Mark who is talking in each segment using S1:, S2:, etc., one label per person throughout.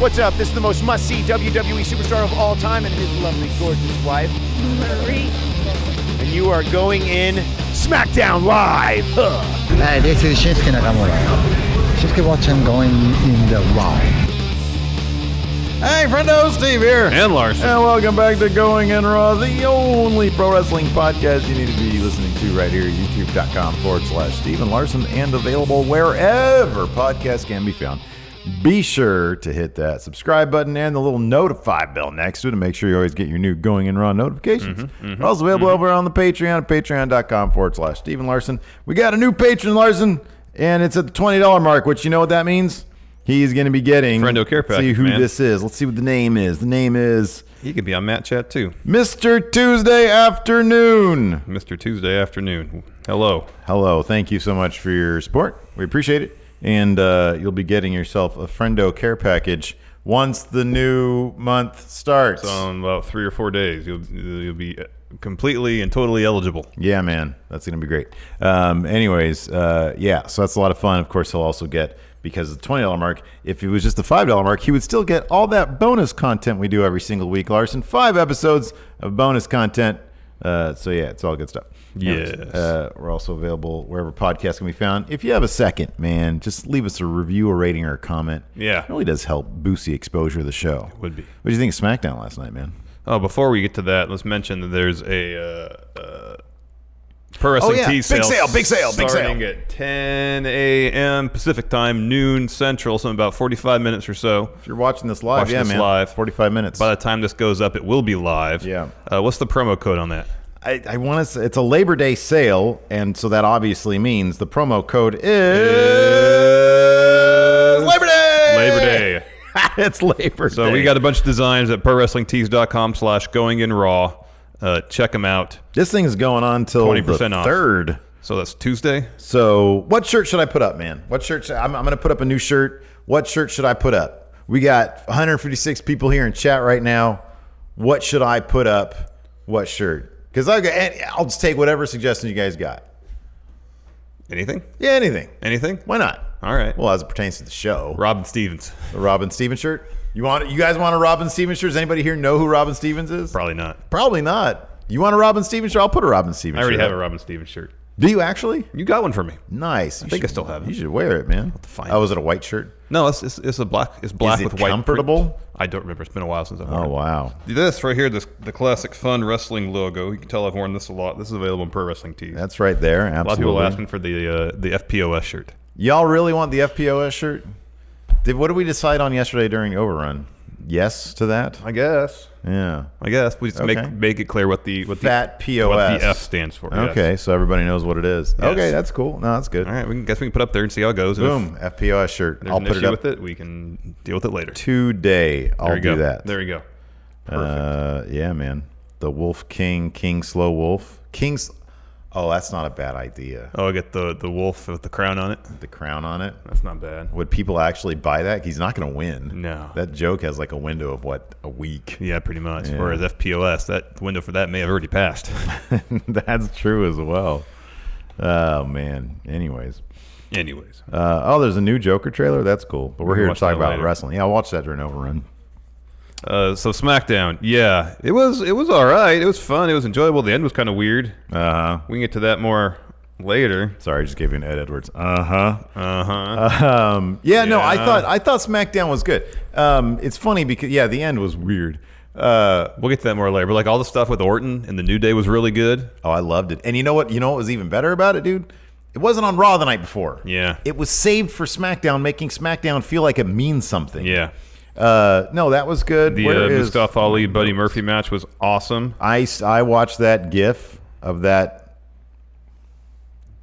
S1: What's up? This is the most must see WWE superstar of all time and his lovely, gorgeous wife, Marie. And you are going in SmackDown Live. Huh.
S2: Hey, this is Shinsuke Nakamura. Shinsuke watching going in the wrong.
S3: Hey, friendo, Steve here.
S4: And Larson.
S3: And welcome back to Going In Raw, the only pro wrestling podcast you need to be listening to right here, youtube.com forward slash Steven Larson, and available wherever podcasts can be found. Be sure to hit that subscribe button and the little notify bell next to it to make sure you always get your new Going In Raw notifications.
S4: Mm-hmm,
S3: We're also available over on the Patreon at patreon.com forward slash Steven Larson. We got a new patron, Larson, and it's at the $20 mark, which you know what that means? He's going to be getting.
S4: Friendo care
S3: Let's See
S4: package,
S3: who
S4: man.
S3: this is. Let's see what the name is. The name is
S4: He could be on Matt Chat too.
S3: Mr. Tuesday Afternoon.
S4: Mr. Tuesday afternoon. Hello.
S3: Hello. Thank you so much for your support. We appreciate it. And uh, you'll be getting yourself a Friendo care package once the new month starts.
S4: On about three or four days, you'll you'll be uh, completely and totally eligible.
S3: Yeah, man, that's gonna be great. Um, anyways, uh, yeah, so that's a lot of fun. Of course, he'll also get because of the twenty dollar mark. If it was just the five dollar mark, he would still get all that bonus content we do every single week, Larson. Five episodes of bonus content. Uh, so yeah, it's all good stuff.
S4: Yes.
S3: uh, we're also available wherever podcasts can be found. If you have a second, man, just leave us a review, a rating, or a comment.
S4: Yeah.
S3: it really does help boost the exposure of the show.
S4: would be.
S3: What do you think of SmackDown last night, man?
S4: Oh, before we get to that, let's mention that there's a uh, uh, pro wrestling
S3: Oh, yeah.
S4: tee
S3: Big
S4: sale.
S3: sale, big sale, big sale.
S4: starting at 10 a.m. Pacific time, noon Central, so in about 45 minutes or so.
S3: If you're watching this live,
S4: Watching
S3: yeah,
S4: this
S3: man,
S4: live.
S3: forty-five minutes.
S4: By the time this goes up, it will be live.
S3: Yeah.
S4: Uh, what's the promo code on that?
S3: I, I want to say it's a Labor Day sale, and so that obviously means the promo code is Labor Day.
S4: Labor Day.
S3: it's Labor Day.
S4: So we got a bunch of designs at prowrestlingtees.com slash going in raw. Uh, check them out.
S3: this thing is going on till the
S4: 20% off.
S3: third.
S4: So that's Tuesday.
S3: So what shirt should I put up, man? What shirt? Should, I'm, I'm going to put up a new shirt. What shirt should I put up? We got 156 people here in chat right now. What should I put up? What shirt? Because I got, I'll just take whatever suggestion you guys got.
S4: Anything?
S3: Yeah, anything.
S4: Anything?
S3: Why not?
S4: All right.
S3: Well, as it pertains to the show,
S4: Robin Stevens.
S3: The Robin Stevens shirt? You want? You guys want a Robin Stevens shirt? Does anybody here know who Robin Stevens is?
S4: Probably not.
S3: Probably not. You want a Robin Stevens shirt? I'll put a Robin Stevens.
S4: I already
S3: shirt
S4: have
S3: up.
S4: a Robin Stevens shirt.
S3: Do you actually?
S4: You got one for me.
S3: Nice. I
S4: think I still have it.
S3: You should wear it, man.
S4: find
S3: oh,
S4: it.
S3: was it a white shirt?
S4: No, it's, it's, it's a black. It's black
S3: it
S4: with white. print.
S3: comfortable?
S4: I don't remember. It's been a while since I've worn
S3: Oh
S4: it.
S3: wow,
S4: This right here, this the classic fun wrestling logo. You can tell I've worn this a lot. This is available in Pro Wrestling Tees.
S3: that's right there.
S4: a lot of people
S3: Absolutely.
S4: asking for the uh, the FPOS shirt.
S3: Y'all really want the FPOS shirt? Did what did we decide on yesterday during Overrun? Yes to that.
S4: I guess.
S3: Yeah.
S4: I guess we just
S3: Okay.
S4: make make it clear what the what the
S3: Fat
S4: what
S3: POS.
S4: the F stands for. yes.
S3: Okay, so everybody knows what it is.
S4: Yes.
S3: Okay, that's cool. No, that's good.
S4: All right. We can, guess we can put up there and see how it goes. and if
S3: Boom, FPOS shirt.
S4: There's
S3: I'll
S4: an
S3: put it
S4: issue
S3: up
S4: with it. We can deal with it later.
S3: today. I'll
S4: there you
S3: do
S4: go.
S3: that.
S4: There you go. Perfect.
S3: Uh, yeah, man. The Wolf King, King Slow Wolf, King's. Oh, that's not a bad idea.
S4: oh, I get the the wolf with the crown on it.
S3: The crown on it.
S4: That's not bad.
S3: Would people actually buy that? He's not going to win.
S4: No.
S3: That joke has like a window of what a week.
S4: Yeah, pretty much.
S3: Yeah.
S4: Whereas FPOS, that the window for that may have already passed.
S3: that's true as well. Oh man. Anyways,
S4: Anyways,
S3: uh, oh, there's a new Joker trailer. That's cool. But we're here to
S4: Watch
S3: talk
S4: that
S3: about
S4: later.
S3: wrestling. Yeah, I'll watch that during Overrun.
S4: uh, so SmackDown, yeah, it was it was all right. It was fun. It was enjoyable. The end was kind of weird.
S3: Uh huh.
S4: We can get to that more later.
S3: Sorry, I just gave you an Ed Edwards. Uh huh.
S4: Uh huh.
S3: Um, yeah, no, I
S4: Yeah.
S3: thought I thought SmackDown was good. Um, it's funny because yeah, the end was weird. Uh,
S4: We'll get to that more later. But like all the stuff with Orton and the New Day was really good.
S3: oh, I loved it. And you know what? You know what was even better about it, dude? It wasn't on Raw the night before.
S4: Yeah.
S3: it was saved for SmackDown, making SmackDown feel like it means something.
S4: Yeah.
S3: Uh, no, that was good.
S4: The
S3: Where
S4: uh,
S3: is-
S4: Mustafa Ali Buddy Murphy match was awesome.
S3: I s- I watched that GIF of that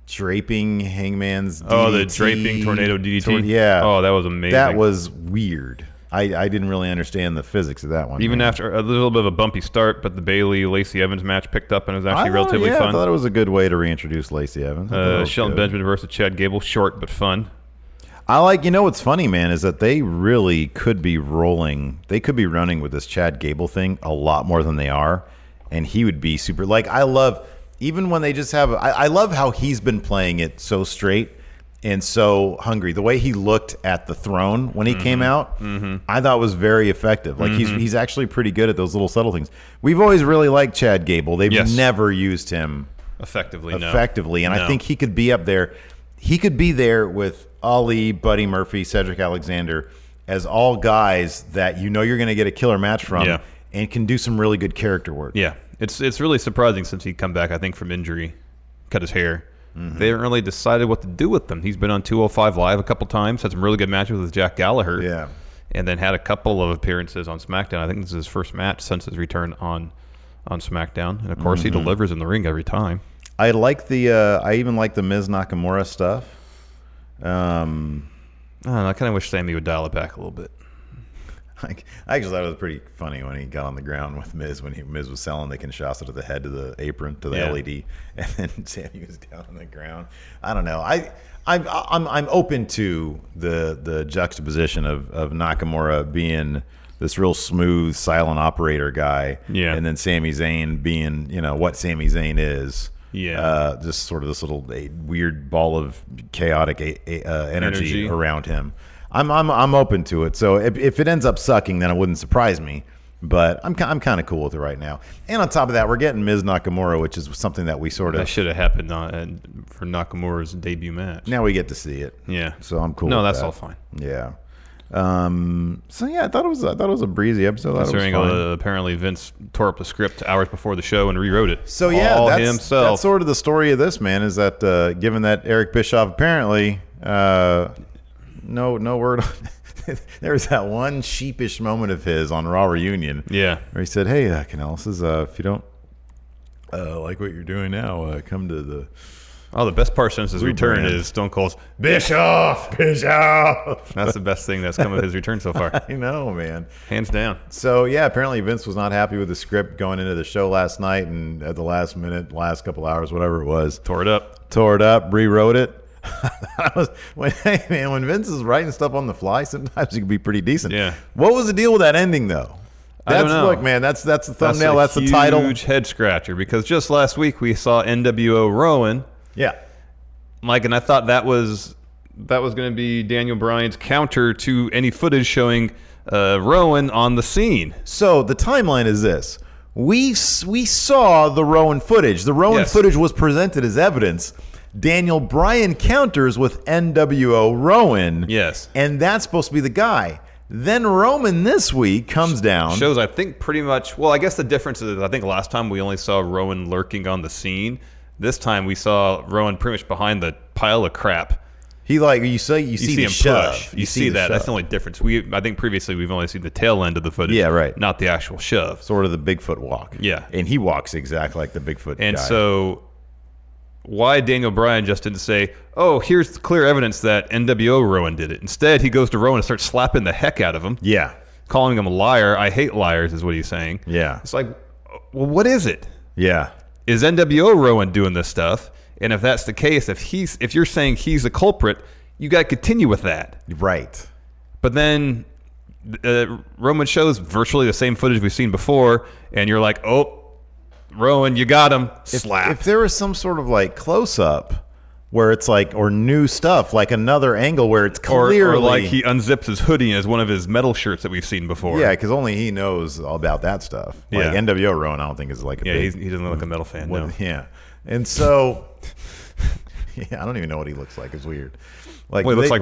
S3: draping Hangman's.
S4: Oh, the
S3: DDT.
S4: draping tornado DDT.
S3: Tor- yeah.
S4: Oh, that was amazing.
S3: That was weird. I, I didn't really understand the physics of that one.
S4: even
S3: man.
S4: after a little bit of a bumpy start, but the Bailey Lacey Evans match picked up and it was
S3: I
S4: actually
S3: thought-
S4: relatively
S3: Oh, yeah, I
S4: fun.
S3: thought it was a good way to reintroduce Lacey Evans. I thought that
S4: uh,
S3: was
S4: Shelton
S3: good.
S4: Benjamin versus Chad Gable, short but fun.
S3: I like, you know, what's funny, man, is that they really could be rolling. They could be running with this Chad Gable thing a lot more than they are, and he would be super. Like, I love even when they just have. I, I love how he's been playing it so straight and so hungry. The way he looked at the throne when he came out, I thought was very effective. Like he's he's actually pretty good at those little subtle things. We've always really liked Chad Gable. They've
S4: Yes.
S3: never used him
S4: Effectively, no.
S3: effectively. And I
S4: No.
S3: think he could be up there. He could be there with Ali, Buddy Murphy, Cedric Alexander as all guys that you know you're going to get a killer match from
S4: Yeah.
S3: and can do some really good character work.
S4: Yeah, it's it's really surprising since he come back. I think from injury, cut his hair. They haven't really decided what to do with them. He's been on 205 Live a couple times, had some really good matches with Jack Gallagher.
S3: Yeah.
S4: and then had a couple of appearances on SmackDown. I think this is his first match since his return on on SmackDown, and of course he delivers in the ring every time.
S3: I like the, uh, I even like the Miz Nakamura stuff. Um,
S4: I, don't know, I kind of wish Sammy would dial it back a little bit.
S3: I, I actually thought it was pretty funny when he got on the ground with Miz when he, Miz was selling the Kinshasa to the head to the apron to the
S4: Yeah.
S3: LED, and then Sammy was down on the ground. I don't know. I I'm I'm, I'm open to the the juxtaposition of of Nakamura being this real smooth silent operator guy,
S4: Yeah.
S3: and then Sami Zayn being you know what Sami Zayn is.
S4: Yeah.
S3: uh, just sort of this little eh, weird ball of chaotic eh, eh, uh, energy
S4: Energy.
S3: around him. I'm I'm I'm open to it. So if, if it ends up sucking, then it wouldn't surprise me. But I'm ki- I'm kind of cool with it right now. And on top of that, we're getting Ms. Nakamura, which is something that we sort
S4: That
S3: of
S4: should have happened on, and for Nakamura's debut match.
S3: now we get to see it.
S4: yeah,
S3: So I'm cool.
S4: No,
S3: with
S4: that's
S3: that.
S4: all fine.
S3: Yeah. Um. So yeah, I thought it was I thought it was a breezy episode. I thought it was
S4: Considering
S3: fun.
S4: uh, apparently Vince tore up the script hours before the show and rewrote it.
S3: So yeah,
S4: all
S3: that's,
S4: himself.
S3: that's sort of the story of this man is that uh, given that Eric Bischoff apparently uh, no no word on there was that one sheepish moment of his on Raw reunion
S4: yeah,
S3: where he said, "Hey, uh, Canales, is, uh, if you don't uh, like what you're doing now, uh, come to the
S4: Oh, the best part since his return
S3: brand.
S4: is Stone Cold's.
S3: Bischoff Bischoff."
S4: That's the best thing that's come of his return so far,
S3: I know, man.
S4: hands down.
S3: So yeah, apparently Vince was not happy with the script going into the show last night, and at the last minute, last couple hours, whatever it was,
S4: Tore it up.
S3: tore it up, rewrote it. I was when hey man, when Vince is writing stuff on the fly, sometimes it can be pretty decent.
S4: Yeah.
S3: What was the deal with that ending though?
S4: I
S3: That's
S4: don't know.
S3: look, man, that's that's the thumbnail, that's,
S4: a
S3: the title.
S4: Huge head scratcher because just last week we saw NWO Rowan,
S3: Yeah.
S4: Mike, and I thought that was that was going to be Daniel Bryan's counter to any footage showing uh, Rowan on the scene.
S3: So the timeline is this. We s- we saw the Rowan footage. The Rowan
S4: Yes.
S3: footage was presented as evidence. Daniel Bryan counters with NWO Rowan.
S4: Yes.
S3: And that's supposed to be the guy. Then Roman this week comes down.
S4: shows I think pretty much well I guess the difference is I think last time we only saw Rowan lurking on the scene. This time we saw Rowan pretty much behind the pile of crap.
S3: He like you say you,
S4: You
S3: see,
S4: see,
S3: the
S4: him
S3: shove.
S4: push. You, see,
S3: the
S4: that. That's
S3: shove.
S4: the only difference. We I think previously we've only seen the tail end of the footage.
S3: Yeah, right.
S4: Not the actual shove.
S3: sort of the Bigfoot walk.
S4: Yeah.
S3: and he walks exactly like the Bigfoot.
S4: And
S3: guy.
S4: so why Daniel Bryan just didn't say, "Oh, here's clear evidence that NWO Rowan did it." Instead, he goes to Rowan and starts slapping the heck out of him,
S3: yeah,
S4: calling him a liar. I hate liars is what he's saying.
S3: Yeah.
S4: It's like, "Well, what is it?"
S3: yeah,
S4: is NWO Rowan doing this stuff? And if that's the case, if he's if you're saying he's the culprit, you got to continue with that.
S3: right.
S4: But then uh, Roman shows virtually the same footage we've seen before, and you're like, oh, Rowan, you got him.
S3: if,
S4: Slap.
S3: if there was some sort of like close up where it's like or new stuff, like another angle where it's
S4: or,
S3: clearly
S4: or like he unzips his hoodie as one of his metal shirts that we've seen before.
S3: yeah, because only he knows about that stuff. Like
S4: Yeah.
S3: NWO Rowan, I don't think is like a
S4: yeah,
S3: big,
S4: he's, he doesn't look like a metal fan.
S3: What-
S4: No.
S3: Yeah, and so yeah, I don't even know what he looks like. It's weird. Like
S4: Well, he looks
S3: they-
S4: like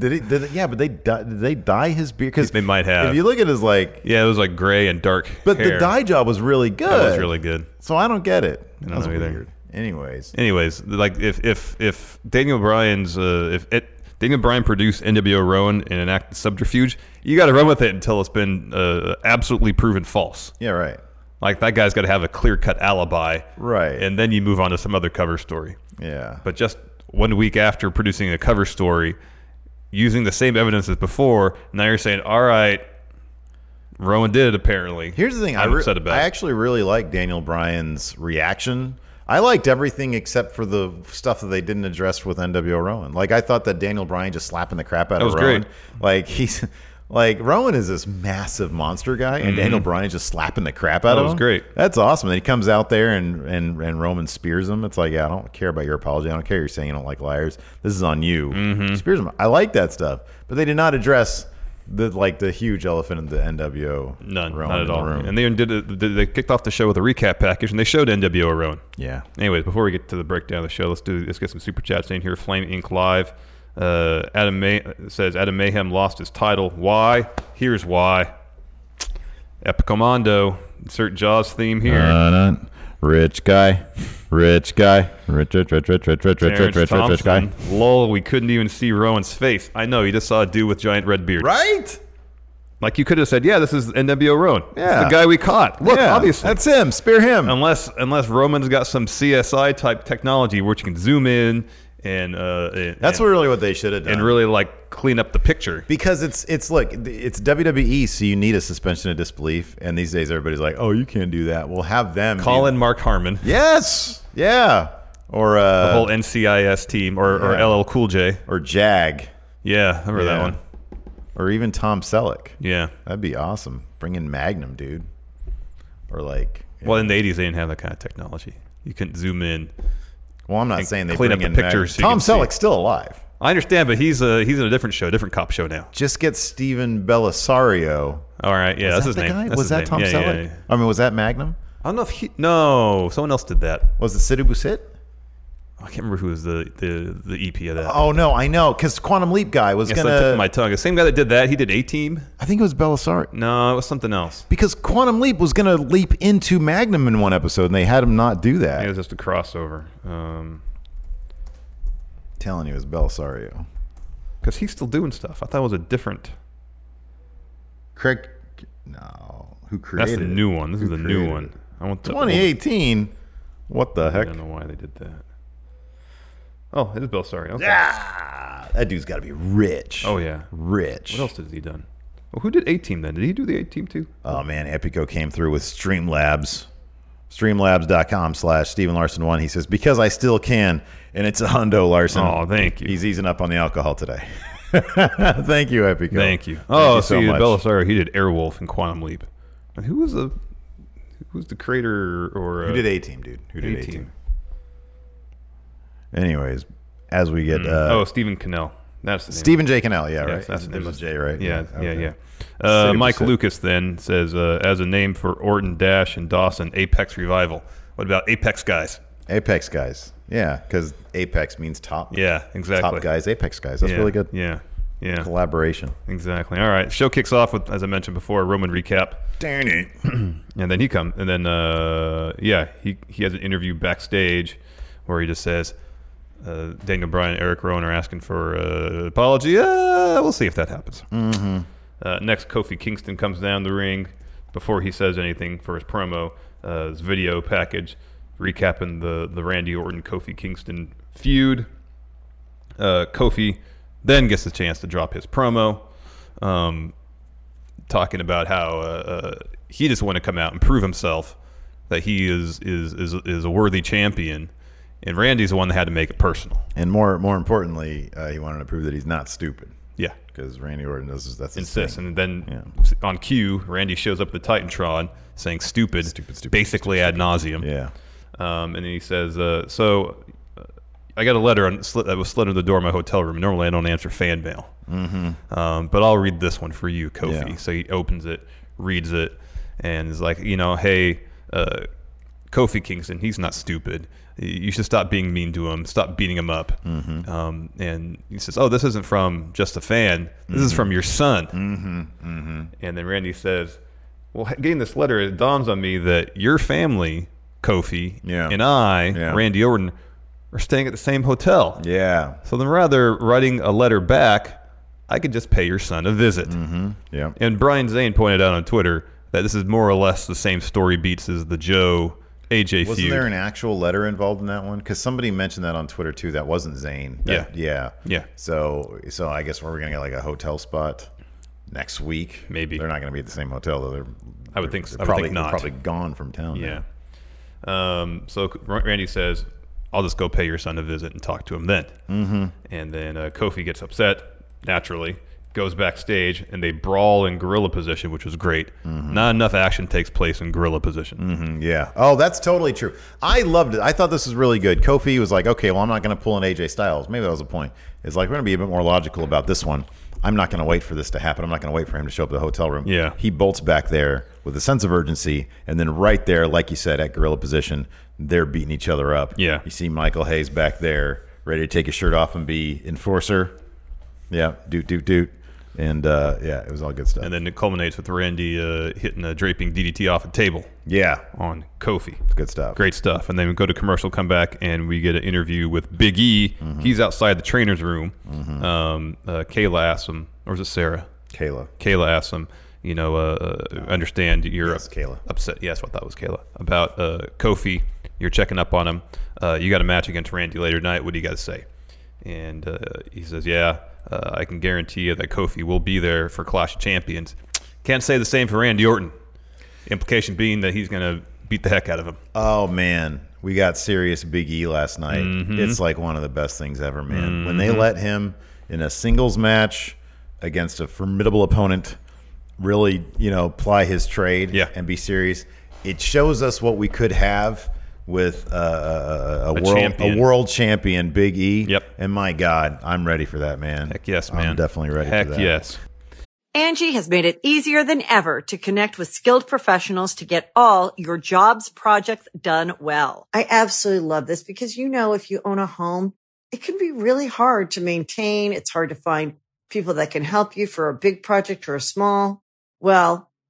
S3: did he? Did, yeah, but they dye, did they dye his beard because
S4: They might have.
S3: If you look at his like,
S4: Yeah, it was like gray and dark.
S3: but the
S4: hair.
S3: dye job was really good.
S4: that was really good.
S3: So I don't get it.
S4: don't
S3: That's
S4: know either.
S3: weird. Anyways,
S4: Anyways, like if if if Daniel Bryan's uh, if it, Daniel Bryan produced NWO Rowan in an act of subterfuge, you got to run with it until it's been uh, absolutely proven false.
S3: yeah, right.
S4: Like that guy's got to have a clear cut alibi,
S3: Right.
S4: And then you move on to some other cover story.
S3: Yeah,
S4: But just one week after producing a cover story, using the same evidence as before, now you're saying, all right, Rowan did it. Apparently,
S3: Here's the thing. I
S4: I'm
S3: re-
S4: upset about.
S3: I actually really like Daniel Bryan's reaction. I liked everything except for the stuff that they didn't address with NWO Rowan. Like I thought that Daniel Bryan just slapping the crap out
S4: That
S3: of
S4: was
S3: Rowan.
S4: great.
S3: Like he's like Rowan is this massive monster guy, and Daniel Bryan just slapping the crap out
S4: Mm-hmm. That
S3: of
S4: was
S3: him.
S4: great.
S3: That's awesome. And he comes out there and and and Roman spears him. It's like yeah, I don't care about your apology. I don't care you're saying you don't like liars. This is on you.
S4: Mm-hmm.
S3: Spears him. I like that stuff, but they did not address. The, like the huge elephant in the NWO
S4: None,
S3: Rowan
S4: not
S3: in
S4: at
S3: the
S4: all.
S3: room.
S4: And they even did. A, they kicked off the show with a recap package, and they showed NWO Rowan.
S3: Yeah.
S4: Anyways, before we get to the breakdown of the show, let's do. Let's get some super chats in here. Flame Inc. Live. Uh, Adam May says Adam Mayhem lost his title. Why? Here's why. Epicommando. Insert Jaws theme here.
S3: Uh, Rich guy. Rich guy. Rich, rich, rich, rich, rich, rich, rich,
S4: Terrence
S3: rich, rich, rich, rich guy.
S4: Thompson. Lol, we couldn't even see Rowan's face. I know, you just saw a dude with giant red beard.
S3: Right?
S4: Like you could have said, yeah, this is NWO Rowan.
S3: Yeah.
S4: It's the guy we caught. Look,
S3: yeah,
S4: obviously.
S3: That's him. Spear him.
S4: unless unless Roman's got some CSI type technology where you can zoom in and uh, and,
S3: that's
S4: and,
S3: really what they should have done.
S4: and really like clean up the picture.
S3: because it's it's look it's WWE, so you need a suspension of disbelief. And these days, everybody's like, "Oh, you can't do that." We'll have them
S4: Call
S3: be-
S4: in Mark Harmon,
S3: Yes, yeah, or
S4: the
S3: uh,
S4: whole NCIS team, or,
S3: yeah.
S4: or LL Cool J.
S3: or Jag,
S4: Yeah, I remember
S3: Yeah.
S4: that one.
S3: or even Tom Selleck.
S4: Yeah.
S3: That'd be awesome. Bring in Magnum, dude, or like.
S4: Well, in the '80s, they didn't have that kind of technology. You couldn't zoom in.
S3: Well, I'm not
S4: and
S3: saying they
S4: clean
S3: bring
S4: up the
S3: in Mag-
S4: pictures so you
S3: Tom
S4: can see.
S3: Selleck's still alive.
S4: I understand, but he's uh, he's in a different show, different cop show now.
S3: Just get Steven Belisario.
S4: All right,
S3: Was
S4: yeah, that's his
S3: that the
S4: name.
S3: guy?
S4: That's
S3: was
S4: his
S3: that
S4: name.
S3: Tom
S4: Yeah, yeah,
S3: Selleck?
S4: yeah.
S3: I mean, was that Magnum?
S4: I don't know if he. No, someone else did that.
S3: Was it Sidhu Busit?
S4: I can't remember who was the the, the EP of that.
S3: Oh no, I know, because Quantum Leap guy was
S4: I guess that
S3: gonna.
S4: took my tongue. The same guy that did that, he did A Team.
S3: I think it was Belisario.
S4: No, it was something else.
S3: Because Quantum Leap was gonna leap into Magnum in one episode, and they had him not do that.
S4: It was just a crossover. Um,
S3: telling you, it was Belisario.
S4: because he's still doing stuff. I thought it was a different.
S3: Craig, no, who created?
S4: That's the new one. This is
S3: Who
S4: the new
S3: created
S4: one.
S3: it?
S4: I want the old-
S3: 2018. What the
S4: I
S3: heck?
S4: don't know why they did that. Oh, it is Bill. Sorry. Okay.
S3: Ah, that dude's got to be rich.
S4: Oh yeah.
S3: rich.
S4: What else has he done? Well, who did A Team then? Did he do the A Team too?
S3: Oh man, Epico came through with Streamlabs. Streamlabs.com slash Steven Larson one. He says, Because I still can, and it's a hundo Larson.
S4: Oh, thank you.
S3: He's easing up on the alcohol today. Thank you, Epico.
S4: Thank you. Oh,
S3: so
S4: see,
S3: much.
S4: Belisario, he did Airwolf and Quantum Leap. And who was the who was the creator or uh,
S3: Who did A team, dude? Who did A
S4: A-Team?
S3: team? Anyways, as we get uh
S4: oh, Stephen Cannell. That's the name.
S3: Stephen J. Cannell, yeah, right.
S4: Yes, that's the
S3: it
S4: name.
S3: was J, right?
S4: Yeah, yeah,
S3: okay.
S4: yeah. Uh,
S3: City
S4: Mike
S3: Pacific.
S4: Lucas then says, uh, as a name for Orton, Dash, and Dawson, Apex Revival. What about Apex guys?
S3: Apex guys. Yeah, because Apex means top.
S4: Yeah, exactly.
S3: Top guys, Apex guys. That's
S4: Yeah,
S3: really good
S4: Yeah, yeah,
S3: collaboration.
S4: exactly. All right, show kicks off with, as I mentioned before, a Roman recap,
S3: Darn it.
S4: and then he comes, and then uh, yeah, he he has an interview backstage where he just says. Uh, Daniel Bryan and Eric Rowan are asking for uh, apology. Uh, we'll see if that happens. Uh, next, Kofi Kingston comes down the ring before he says anything for his promo, uh, his video package, recapping the, the Randy Orton Kofi Kingston feud. Uh, Kofi then gets the chance to drop his promo, um, talking about how uh, uh, he just want to come out and prove himself that he is is is, is a worthy champion, and Randy's the one that had to make it personal.
S3: And more more importantly, uh, he wanted to prove that he's not stupid.
S4: Yeah.
S3: because Randy Orton does that's his
S4: insists.
S3: thing.
S4: And then
S3: Yeah.
S4: s- on cue, Randy shows up at the Titantron saying stupid,
S3: Stupid, stupid,
S4: basically ad nauseum.
S3: Yeah,
S4: Um, and then he says, uh, "So, uh, I got a letter on, sli- that was slid under the door of my hotel room. Normally, I don't answer fan mail, mm-hmm. um, but I'll read this one for you, Kofi."
S3: Yeah.
S4: So he opens it, reads it, and is like, "You know, hey, uh, Kofi Kingston, he's not stupid. Y- You should stop being mean to him. Stop beating him up." Mm-hmm. Um, and he says, "Oh, this isn't from just a fan. This
S3: Mm-hmm.
S4: is from your son." And then Randy says, Well, h- getting this letter, it dawns on me that your family, Kofi,
S3: Yeah.
S4: and I,
S3: Yeah.
S4: Randy Orton, are staying at the same hotel.
S3: yeah,
S4: So then rather writing a letter back, I could just pay your son a visit.
S3: Mm-hmm. yeah.
S4: And Brian Zane pointed out on Twitter that this is more or less the same story beats as the Joe AJ
S3: Wasn't
S4: feud.
S3: there an actual letter involved in that one? Because somebody mentioned that on Twitter too. That wasn't Zane. That- yeah,
S4: Yeah.
S3: So, so I guess we're gonna get like a hotel spot next week.
S4: Maybe.
S3: they're not gonna be at the same hotel though. They're
S4: I would think-
S3: they're
S4: I would think
S3: probably,
S4: not.
S3: they're probably gone from town. now.
S4: yeah. Um, so K- R- Randy says, I'll just go pay your son a visit and talk to him then. Mm-hmm. And then uh, Kofi gets upset, naturally, goes backstage, and they brawl in gorilla position, which was great. Not enough action takes place in gorilla position.
S3: Yeah. Oh, that's totally true. I loved it. I thought this was really good. Kofi was like, okay, well, I'm not going to pull an AJ Styles. Maybe that was the point. It's like, we're going to be a bit more logical about this one. I'm not going to wait for this to happen. I'm not going to wait for him to show up at the hotel room.
S4: Yeah.
S3: He bolts back there with a sense of urgency. And then right there, like you said, at gorilla position, they're beating each other up.
S4: Yeah.
S3: You see Michael Hayes back there, ready to take his shirt off and be enforcer. Yeah. Doot, doot, doot. And uh, yeah, it was all good stuff.
S4: And then it culminates with Randy uh, hitting a draping DDT off a table
S3: yeah.
S4: on Kofi.
S3: Good stuff.
S4: Great stuff. And then we go to commercial, come back, and we get an interview with Big E. He's outside the trainer's room. Um, uh, Kayla asks him, or is it Sarah?
S3: Kayla.
S4: Kayla asks him, you know, uh, uh, understand you're
S3: Yes, Kayla.
S4: upset. Yes, what that was Kayla about uh, Kofi. You're checking up on him. Uh, you got a match against Randy later tonight. What do you got to say? And uh, he says, Yeah, uh, I can guarantee you that Kofi will be there for Clash of Champions. Can't say the same for Randy Orton. Implication being that he's going to beat the heck out of him.
S3: Oh man, we got serious Big E last night.
S4: Mm-hmm.
S3: It's like one of the best things ever, man. When they let him in a singles match against a formidable opponent, really, you know, ply his trade
S4: Yeah.
S3: and be serious, it shows us what we could have with uh, a, a, a, world
S4: champion.
S3: a world champion, Big E.
S4: Yep.
S3: And my God, I'm ready for that, man.
S4: Heck yes, man.
S3: I'm definitely ready
S4: Heck
S3: for that.
S4: yes.
S5: Angie has made it easier than ever to connect with skilled professionals to get all your jobs projects done well. I absolutely love this because, you know, if you own a home, it can be really hard to maintain. It's hard to find people that can help you for a big project or a small. Well,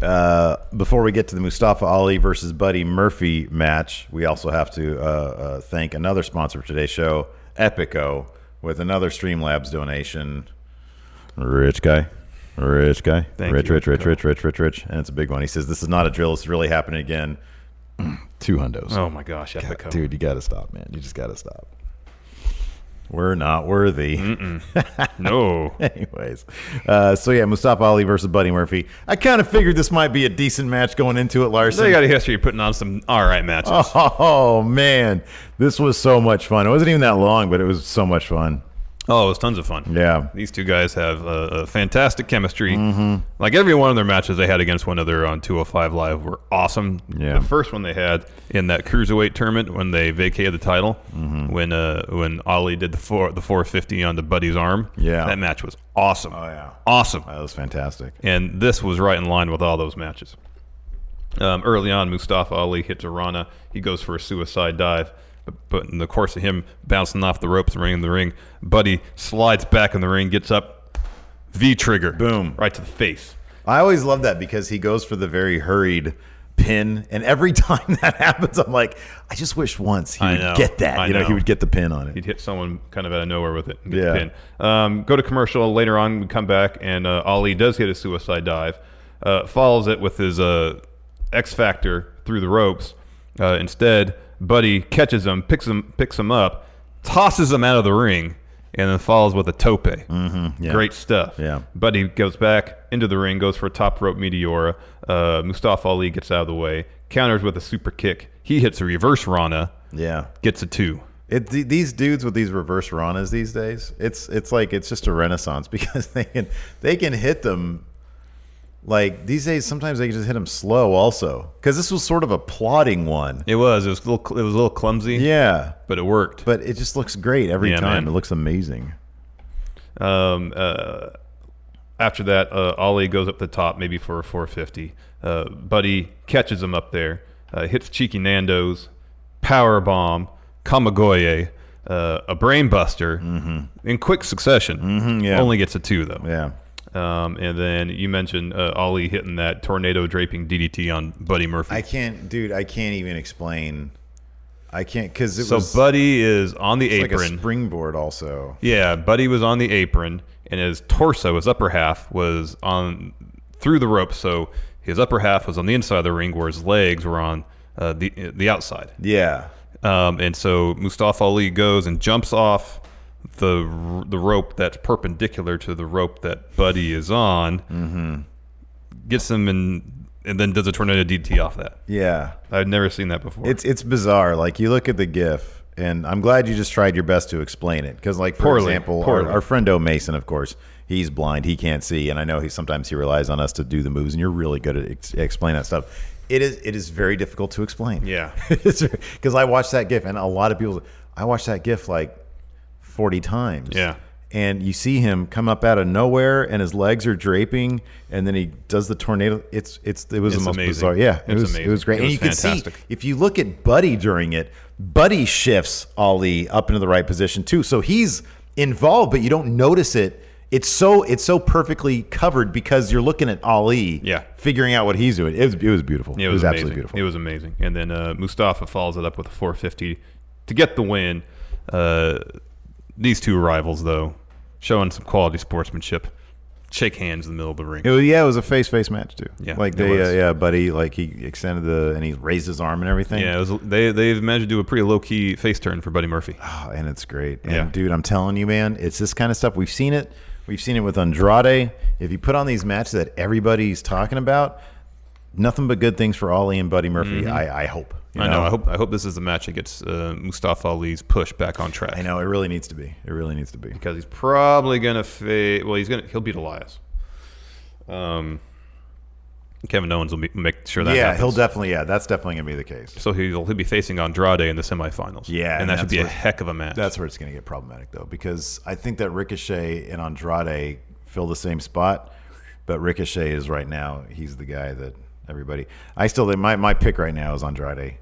S3: Uh, before we get to the Mustafa Ali versus Buddy Murphy match, we also have to uh, uh, thank another sponsor of today's show, Epico, with another Streamlabs donation. Rich guy. Rich guy.
S4: Thank
S3: rich,
S4: you,
S3: rich, rich,
S4: Epico.
S3: rich, rich, rich, rich. And it's a big one. He says, This is not a drill. This is really happening again. Two hundos.
S4: Oh my gosh, Epico.
S3: Dude, you got to stop, man. You just got to stop. We're not worthy.
S4: No.
S3: Anyways, uh, so yeah, Mustafa Ali versus Buddy Murphy. I kind of figured this might be a decent match going into it, Larson.
S4: They got a history of putting on some all right matches.
S3: oh man, this was so much fun. It wasn't even that long, but it was so much fun.
S4: Oh, it was tons of fun.
S3: Yeah. Mm-hmm.
S4: These two guys have uh, a fantastic chemistry. Like every one of their matches they had against one another on 205 Live were awesome.
S3: Yeah.
S4: The first one they had in that cruiserweight tournament when they vacated the title,
S3: Mm-hmm.
S4: when uh, when Ali did the four the 450 on the Buddy's arm.
S3: Yeah.
S4: That match was awesome. Oh
S3: yeah.
S4: Awesome.
S3: That Uh, was fantastic.
S4: And this was right in line with all those matches. Um, early on, Mustafa Ali hits a Rana. He goes for a suicide dive. But, but in the course of him bouncing off the ropes and ringing the ring, Buddy slides back in the ring, gets up, V trigger.
S3: Boom.
S4: Right to the face.
S3: I always love that because he goes for the very hurried pin, and every time that happens, I'm like, I just wish once he
S4: I
S3: would
S4: know.
S3: get that.
S4: I
S3: you know, he
S4: know.
S3: would get the pin on
S4: He'd
S3: it.
S4: hit someone kind of out of nowhere with it and get
S3: Yeah.
S4: the pin. Um, go to commercial. Later on, we come back, and uh, Ali does hit a suicide dive, uh, follows it with his uh, X Factor through the ropes. Uh, instead, Buddy catches him, picks him, picks him up, tosses him out of the ring, and then follows with a tope. Mm-hmm,
S3: yeah.
S4: Great stuff.
S3: Yeah.
S4: Buddy goes back into the ring, goes for a top rope meteora. Uh, Mustafa Ali gets out of the way, counters with a super kick. He hits a reverse Rana,
S3: Yeah,
S4: gets a two.
S3: it, th- these dudes with these reverse ranas these days, it's it's like it's just a renaissance because they can they can hit them. Like these days, sometimes they can just hit them slow also because this was sort of a plodding one.
S4: It was. It was a little. It was a little clumsy.
S3: Yeah,
S4: but it worked.
S3: but it just looks great every
S4: Yeah,
S3: time.
S4: man.
S3: It looks amazing.
S4: um, uh, after that, uh, Ollie goes up the top, maybe for a 450. Uh, Buddy catches him up there, uh, hits cheeky Nando's, power bomb, Kamagoye, uh, a brain buster in quick succession. Mm-hmm,
S3: yeah.
S4: Only gets a two though.
S3: Yeah.
S4: Um, and then you mentioned uh, Ollie hitting that tornado draping DDT on Buddy Murphy.
S3: I can't, dude. I can't even explain. I can't because it
S4: so
S3: was
S4: Buddy is on the
S3: it's
S4: apron.
S3: like a springboard. Also,
S4: Yeah, Buddy was on the apron, and his torso, his upper half, was on through the rope. So his upper half was on the inside of the ring, where his legs were on uh, the the outside.
S3: yeah,
S4: Um, and so Mustafa Ali goes and jumps off the r- the rope that's perpendicular to the rope that Buddy is on, mm-hmm. gets him and and then does a tornado DT off that.
S3: yeah.
S4: I've never seen that before.
S3: It's it's bizarre. Like you look at the GIF, and I'm glad you just tried your best to explain it. Because like for
S4: Poorly,
S3: example,
S4: poorly.
S3: Our, our friend O Mason, of course, he's blind. He can't see, and I know he sometimes he relies on us to do the moves. And you're really good at ex- explain that stuff. It is it is very difficult to explain.
S4: Yeah.
S3: because I watched that GIF, and a lot of people, I watched that GIF like 40 times.
S4: Yeah.
S3: And you see him come up out of nowhere, and his legs are draping, and then he does the tornado. It's it's it was
S4: It's
S3: the most
S4: amazing.
S3: bizarre. Yeah, it
S4: It's
S3: was it
S4: amazing.
S3: was great,
S4: It
S3: and
S4: was
S3: you
S4: fantastic.
S3: can see if you look at Buddy during it, Buddy shifts Ali up into the right position too, so he's involved, but you don't notice it. It's so it's so perfectly covered because you're looking at Ali,
S4: Yeah.
S3: figuring out what he's doing. It was it was beautiful.
S4: Yeah, it was, amazing.
S3: absolutely beautiful.
S4: It was amazing. And then uh, Mustafa follows it up with a 450 to get the win. Uh, these two rivals, though, showing some quality sportsmanship, shake hands in the middle of the ring.
S3: It was, yeah, it was a face face match too.
S4: Yeah,
S3: like
S4: it
S3: they uh,
S4: was.
S3: yeah, buddy, like he extended the and he raised his arm and everything.
S4: yeah, it was, they they've managed to do a pretty low key face turn for Buddy Murphy.
S3: Oh, and it's great. And
S4: Yeah.
S3: dude, I'm telling you, man, it's this kind of stuff. We've seen it. We've seen it with Andrade. If you put on these matches that everybody's talking about, nothing but good things for Ollie and Buddy Murphy. I, I hope. you
S4: Mm-hmm. I know. I hope I hope this is the match that gets uh, Mustafa Ali's push back on track.
S3: I know. It really needs to be. It really needs to be.
S4: because he's probably gonna fa Well, he's gonna he'll beat Elias. Um, Kevin Owens will be, make sure that
S3: yeah,
S4: happens.
S3: he'll definitely. Yeah, that's definitely gonna be the case.
S4: So he'll, he'll be facing Andrade in the semifinals.
S3: Yeah,
S4: and that
S3: and that's
S4: should be a
S3: what-
S4: heck of a match.
S3: That's where it's going to get problematic, though, because I think that Ricochet and Andrade fill the same spot, but Ricochet is right now he's the guy that everybody. I still think my my pick right now is Andrade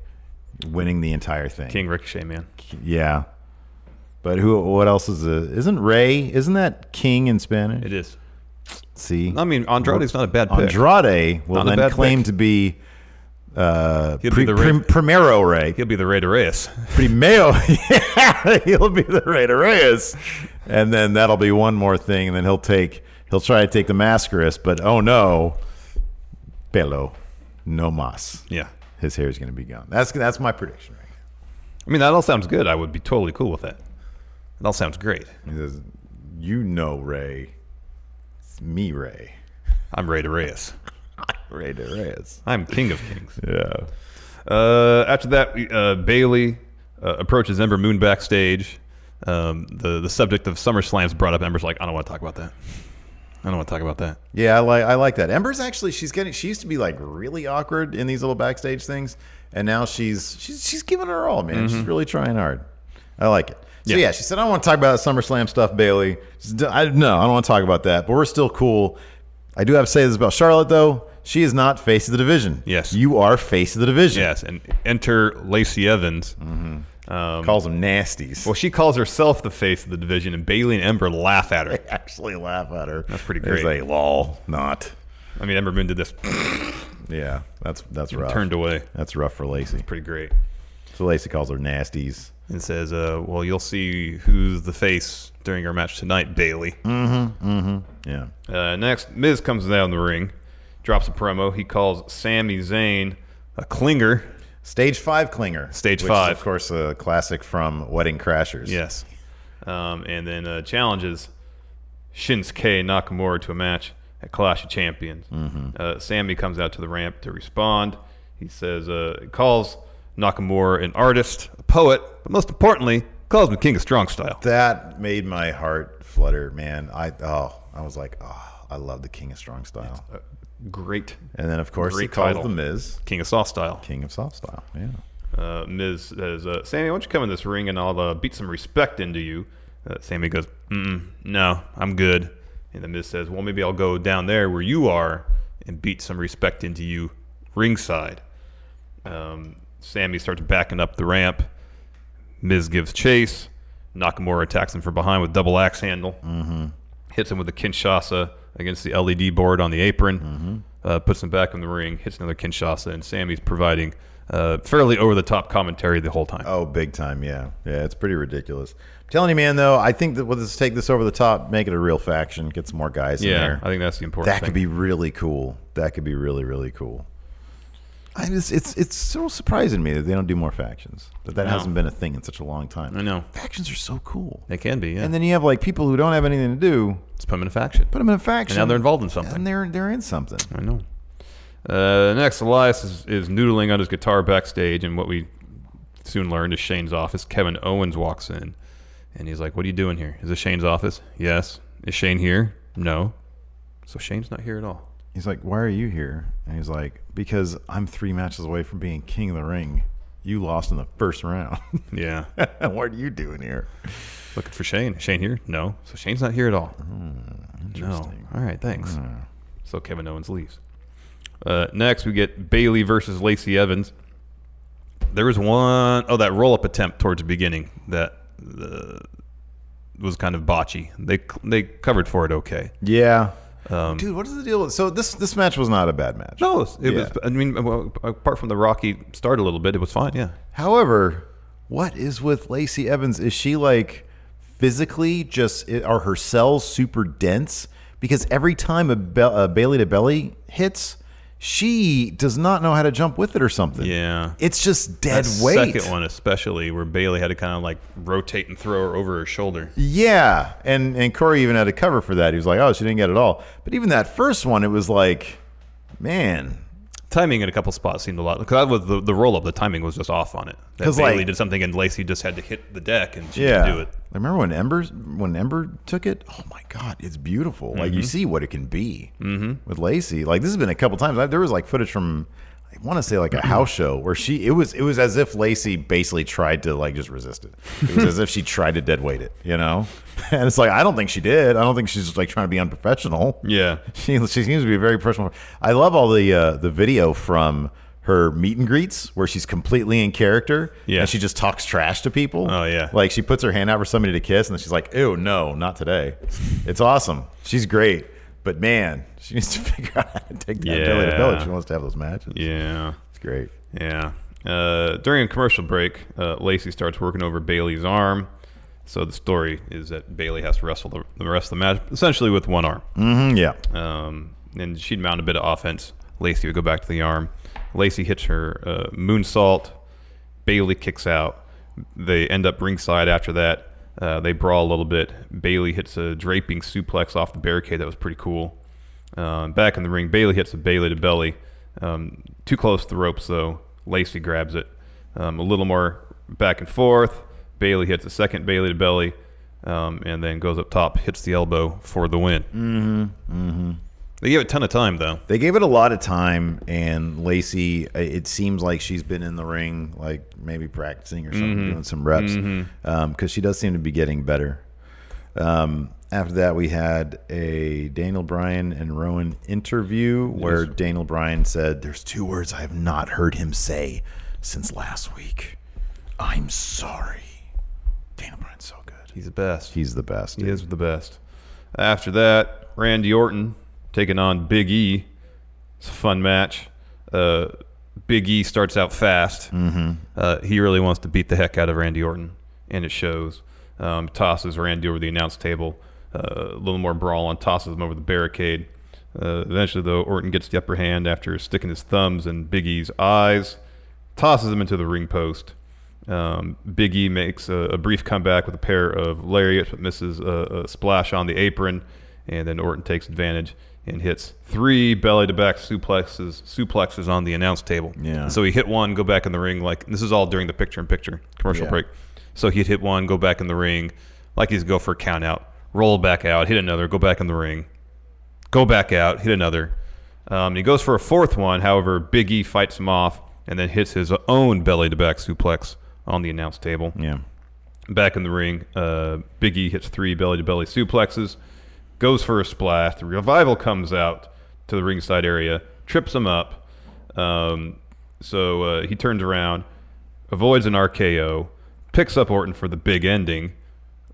S3: winning the entire thing.
S4: King Ricochet, man.
S3: Yeah, but who? What else is the? Isn't Ray? Isn't that King in Spanish?
S4: It is.
S3: See,
S4: I mean, Andrade's not a bad pick.
S3: Andrade will
S4: Not a
S3: then
S4: bad
S3: claim
S4: pick.
S3: to be. Uh,
S4: He'll
S3: pre,
S4: be the Ray-
S3: prim- Primero Ray.
S4: He'll be the Rey de Reyes.
S3: Primero, yeah, he'll be the Rey de Reyes, and then that'll be one more thing, and then he'll take he'll try to take the Mascaris, but oh no, pelo, no mas.
S4: yeah.
S3: His hair is going to be gone. That's that's my prediction. Right?
S4: I mean, that all sounds good. I would be totally cool with that. It all sounds great.
S3: now. He says, "You know, Ray, it's me, Ray,
S4: I'm Rey de Reyes.
S3: Rey de Reyes."
S4: I'm King of Kings.
S3: Yeah,
S4: Uh, after that, we- uh, Bailey uh, approaches Ember Moon backstage. Um, the the subject of SummerSlam's brought up. Ember's like, I don't want to talk about that. I don't want to talk about that.
S3: yeah, I like I like that. Ember's actually she's getting she used to be like really awkward in these little backstage things, and now she's she's she's giving her all, man. She's really trying hard. I like it. So yeah,
S4: Mm-hmm. Yeah.
S3: she said I don't want to talk about SummerSlam stuff, Bailey. She's d- I, no, I don't want to talk about that. But we're still cool. I do have to say this about Charlotte though. She is not face of the division.
S4: Yes.
S3: You are face of the division.
S4: Yes, and enter Lacey Evans.
S3: Calls them nasties.
S4: Well, she calls herself the face of the division, and Bailey and Ember laugh at her.
S3: I actually laugh at her. That's
S4: pretty
S3: They
S4: great.
S3: say, lol, not.
S4: I mean, Ember Moon did this,
S3: Yeah, that's that's rough.
S4: turned away.
S3: That's rough for Lacey.
S4: Pretty great.
S3: So Lacey calls her nasties.
S4: And says, uh, "Well, you'll see who's the face during our match tonight, Bailey."
S3: Yeah.
S4: Uh, next, Miz comes down the ring, drops a promo. He calls Sami Zayn a clinger.
S3: Stage five clinger.
S4: Stage
S3: which
S4: five.
S3: Is of course, a classic from Wedding Crashers.
S4: Yes. Um, and then uh, challenges Shinsuke Nakamura to a match at Clash of Champions. Uh, Sammy comes out to the ramp to respond. He says, uh, calls Nakamura an artist, a poet, but most importantly, calls him King of Strong Style.
S3: That made my heart flutter, man. I oh, I was like, oh, I love the King of Strong Style.
S4: Great
S3: And then of course he
S4: great
S3: calls
S4: title.
S3: the Miz
S4: King of Soft Style.
S3: King of Soft Style. Yeah.
S4: Uh, Miz says, uh, Sammy, why don't you come in this ring and I'll uh, beat some respect into you? Uh, Sammy goes, Mm-mm, no, I'm good. And the Miz says, well, maybe I'll go down there where you are and beat some respect into you ringside. Um, Sammy starts backing up the ramp. Miz gives chase. Nakamura attacks him from behind with double axe handle. Mm-hmm. Hits him with a Kinshasa against the LED board on the apron. Uh, puts him back in the ring. Hits another Kinshasa, and Sammy's providing uh, fairly over the top commentary the whole time.
S3: Oh, big time. Yeah. Yeah. It's pretty ridiculous. I'm telling you, man, though, I think that well, let's take this over the top, make it a real faction, get some more guys in
S4: yeah,
S3: there.
S4: I think that's the important
S3: that
S4: thing.
S3: could be really cool. That could be really, really cool. I just, it's it's so surprising to me that they don't do more factions. That that
S4: No.
S3: hasn't been a thing in such a long time.
S4: I know.
S3: Factions are so cool.
S4: It can be. Yeah,
S3: And then you have like people who don't have anything to do,
S4: it's put him in a faction.
S3: put them in a faction.
S4: And now they're involved in something.
S3: And they're they're in something.
S4: I know. Uh, next, Elias is, is noodling on his guitar backstage, and what we soon learned is Shane's office. Kevin Owens walks in, and he's like, "What are you doing here? Is this Shane's office? Yes. Is Shane here? No. So Shane's not here at all.
S3: He's like, "Why are you here?" And he's like, "Because I'm three matches away from being king of the ring. You lost in the first round.
S4: Yeah.
S3: what are you doing here?"
S4: Looking for Shane. Is Shane here? No. So Shane's not here at all. Hmm, interesting. Hmm. No. All right. Thanks. So Kevin Owens leaves. Uh, next, we get Bailey versus Lacey Evans. There was one oh that roll up attempt towards the beginning that uh, was kind of botchy. They they covered for it okay.
S3: Yeah, dude,
S4: Um,
S3: what is the deal? with- So this this match was not a bad match.
S4: No, it was. It was
S3: Yeah.
S4: I mean, well, apart from the rocky start a little bit, it was fine. Yeah.
S3: However, what is with Lacey Evans? Is she like physically just are her cells super dense? Because every time a, be- a belly to belly hits, she does not know how to jump with it or something.
S4: Yeah.
S3: It's just dead
S4: That
S3: weight.
S4: Second one especially where Bailey had to kind of like rotate and throw her over her shoulder.
S3: Yeah, and and Corey even had a cover for that. He was like, "Oh, she didn't get it all." But even that first one, it was like, man,
S4: timing in a couple spots seemed a lot because that was the, the roll up. The timing was just off on it. That
S3: 'Cause,
S4: Bailey
S3: like-
S4: did something and Lacey just had to hit the deck and she
S3: yeah.
S4: could do it.
S3: I remember when Ember when Ember took it. Oh my God, it's beautiful. Like
S4: Mm-hmm.
S3: you see what it can be with Lacey. Like this has been a couple times. I, there was like footage from. I want to say like a house show where she it was it was as if Lacey basically tried to like just resist it. It was as if she tried to dead weight it, you know. And it's like I don't think she did. I don't think she's just like trying to be unprofessional.
S4: Yeah.
S3: She, she seems to be a very personal. I love all the uh, the video from her meet and greets where she's completely in character
S4: Yeah.
S3: and she just talks trash to people.
S4: Oh, yeah.
S3: like she puts her hand out for somebody to kiss and then she's like, "Ew, no, not today." It's awesome. She's great, but man, she needs to figure out how to take that
S4: Yeah.
S3: belly to belly. if She wants to have those matches.
S4: Yeah.
S3: It's great.
S4: Yeah. Uh, during a commercial break, uh, Lacey starts working over Bailey's arm. So the story is that Bailey has to wrestle the, the rest of the match essentially with one arm.
S3: Mm, yeah,
S4: Um, and she'd mount a bit of offense. Lacey would go back to the arm. Lacey hits her uh, moonsault. Bailey kicks out. They end up ringside after that. Uh, they brawl a little bit. Bailey hits a draping suplex off the barricade. That was pretty cool. Um, back in the ring, Bailey hits a Bailey to belly. Um, too close to the ropes, though. Lacey grabs it. Um, a little more back and forth. Bailey hits a second Bailey to belly, um, and then goes up top, hits the elbow for the win. They gave it a ton of time, though.
S3: they gave it a lot of time, and Lacey. uh, It seems like she's been in the ring, like maybe
S4: Mm-hmm.
S3: practicing or something, doing some reps, because she does seem to be getting better. Um, After that, we had a Daniel Bryan and Rowan interview where Daniel Bryan said, There's two words I have not heard him say since last week. I'm sorry. Daniel Bryan's so good.
S4: He's the best.
S3: He's the best.
S4: He
S3: dude.
S4: is the best. After that, Randy Orton taking on Big E. It's a fun match. Uh, Big E starts out fast. Mm-hmm. Uh, he really wants to beat the heck out of Randy Orton, and it shows. Um, tosses Randy over the announce table. Uh, a little more brawl on tosses him over the barricade. Uh, eventually, though, Orton gets the upper hand after sticking his thumbs in Big E's eyes, tosses him into the ring post. Um, Big E makes a, a brief comeback with a pair of lariats, but misses a, a splash on the apron, and then Orton takes advantage and hits three belly to back suplexes suplexes on the announce table.
S3: Yeah.
S4: So he hit one, go back in the ring. Like this is all during the picture in picture commercial
S3: Yeah.
S4: break. So he'd hit one, go back in the ring, like he's go for a count out, roll back out, hit another, go back in the ring, go back out, hit another. Um, he goes for a fourth one. However, Big E fights him off and then hits his own belly to back suplex on the announce table.
S3: Yeah.
S4: Back in the ring, uh, Big E hits three belly to belly suplexes, goes for a splash. The revival comes out to the ringside area, trips him up. Um, so uh, he turns around, avoids an RKO, picks up Orton for the big ending.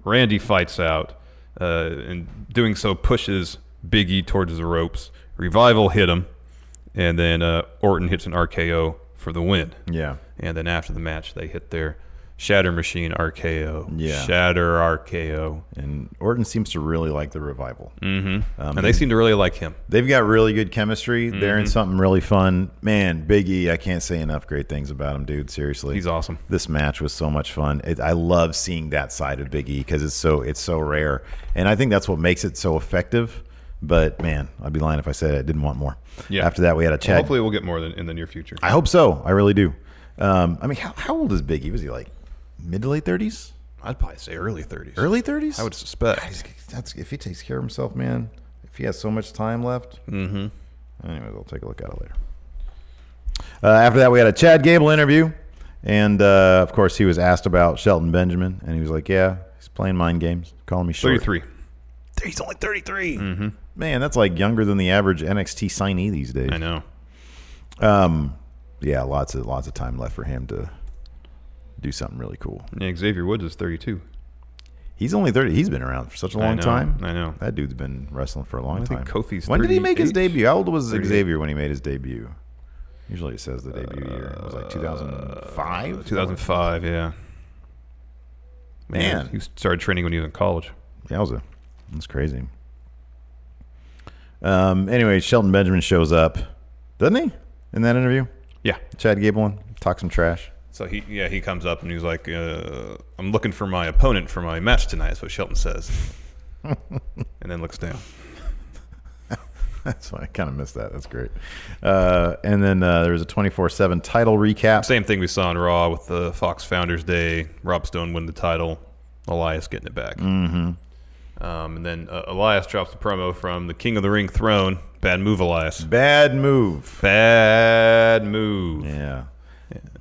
S4: Randy fights out, uh, and doing so pushes Big E towards the ropes. Revival hit him, and then uh, Orton hits an RKO for the win.
S3: Yeah.
S4: And then after the match, they hit their Shatter Machine RKO.
S3: Yeah.
S4: Shatter RKO.
S3: And Orton seems to really like the revival.
S4: and they seem to really like him.
S3: They've got really good chemistry. They're
S4: Mm-hmm.
S3: in something really fun. Man, Big E, I can't say enough great things about him, dude. Seriously.
S4: He's awesome.
S3: This match was so much fun. It, I love seeing that side of Big E because it's so it's so rare, and I think that's what makes it so effective. But man, I'd be lying if I said I didn't want more.
S4: Yeah.
S3: After that, we had a chat.
S4: Hopefully, we'll get more than, in the near future.
S3: I hope so. I really do. Um, I mean, how, how old is Big E? Was he like mid to late thirties,
S4: I'd probably say early 30s.
S3: early thirties?
S4: I would suspect.
S3: He's- that's if he takes care of himself, man. If he has so much time left. Mm-hmm. Anyways, I'll take a look at it later. Uh, after that, we had a Chad Gable interview, and uh, of course, he was asked about Shelton Benjamin, and he was like, "Yeah, he's playing mind games, calling me short.
S4: 33.
S3: He's only 33. Man, that's like younger than the average NXT signee these days. Um,
S4: I know.
S3: Yeah, lots of lots of time left for him to do something really cool.
S4: Yeah, Xavier Woods is 32.
S3: He's only 30. He's been around for such a long
S4: know,
S3: time.
S4: I know.
S3: That dude's been wrestling for a long
S4: I think
S3: time.
S4: Kofi's
S3: when did he make his
S4: 38?
S3: debut? How old was
S4: 38?
S3: Xavier when he made his debut? Usually it says the debut year. It was like 2005?
S4: Uh, 2005, yeah.
S3: Man.
S4: He started training when he was in college.
S3: Yowza. That's crazy. Um, anyway, Shelton Benjamin shows up, doesn't he, in that interview?
S4: Yeah.
S3: Chad Gable one. Talk some trash.
S4: So he, yeah, he comes up and he's like, uh, "I'm looking for my opponent for my match tonight." Is what Shelton says, and then looks down.
S3: That's why I kind of missed that. That's great. Uh, and then uh, there was a 24 7 title recap.
S4: Same thing we saw on Raw with the Fox Founders Day. Rob Stone win the title. Elias getting it back. Mm-hmm. Um, and then uh, Elias drops the promo from the King of the Ring throne. Bad move, Elias.
S3: Bad move.
S4: Bad move.
S3: Yeah.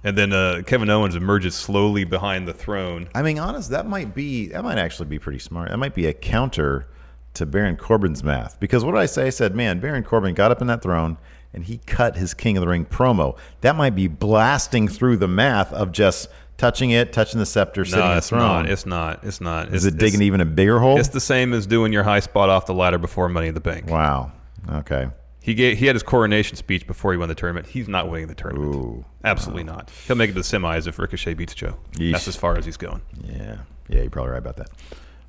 S4: And then uh, Kevin Owens emerges slowly behind the throne.
S3: I mean, honest, that might be that might actually be pretty smart. That might be a counter to Baron Corbin's math because what did I say? I said, man, Baron Corbin got up in that throne and he cut his King of the Ring promo. That might be blasting through the math of just touching it, touching the scepter, sitting
S4: no,
S3: in the
S4: it's
S3: throne.
S4: not. It's not. It's not.
S3: Is
S4: it's,
S3: it digging
S4: it's,
S3: even a bigger hole?
S4: It's the same as doing your high spot off the ladder before Money in the Bank.
S3: wow. Okay.
S4: He gave, he had his coronation speech before he won the tournament. He's not winning the tournament.
S3: Ooh.
S4: Absolutely not. He'll make it to the semis if Ricochet beats Joe.
S3: Yeesh.
S4: That's as far as he's going.
S3: Yeah. Yeah, you're probably right about that.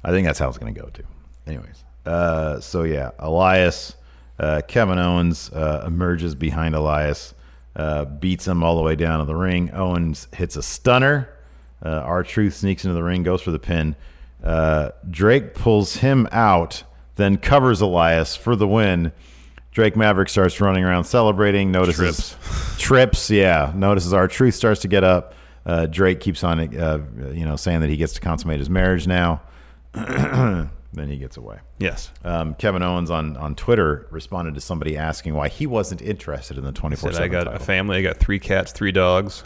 S3: I think that's how it's going to go, too. Anyways. Uh, so, yeah, Elias, uh, Kevin Owens uh, emerges behind Elias, uh, beats him all the way down to the ring. Owens hits a stunner. Uh, Our Truth sneaks into the ring, goes for the pin. Uh, Drake pulls him out, then covers Elias for the win. Drake Maverick starts running around celebrating. Notices trips, yeah. Notices our truth starts to get up. Uh, Drake keeps on, uh, you know, saying that he gets to consummate his marriage now. then he gets away.
S4: Yes.
S3: Um, Kevin Owens on on Twitter responded to somebody asking why he wasn't interested in the twenty four
S4: Said I
S3: seven
S4: got
S3: title.
S4: a family. I got three cats, three dogs.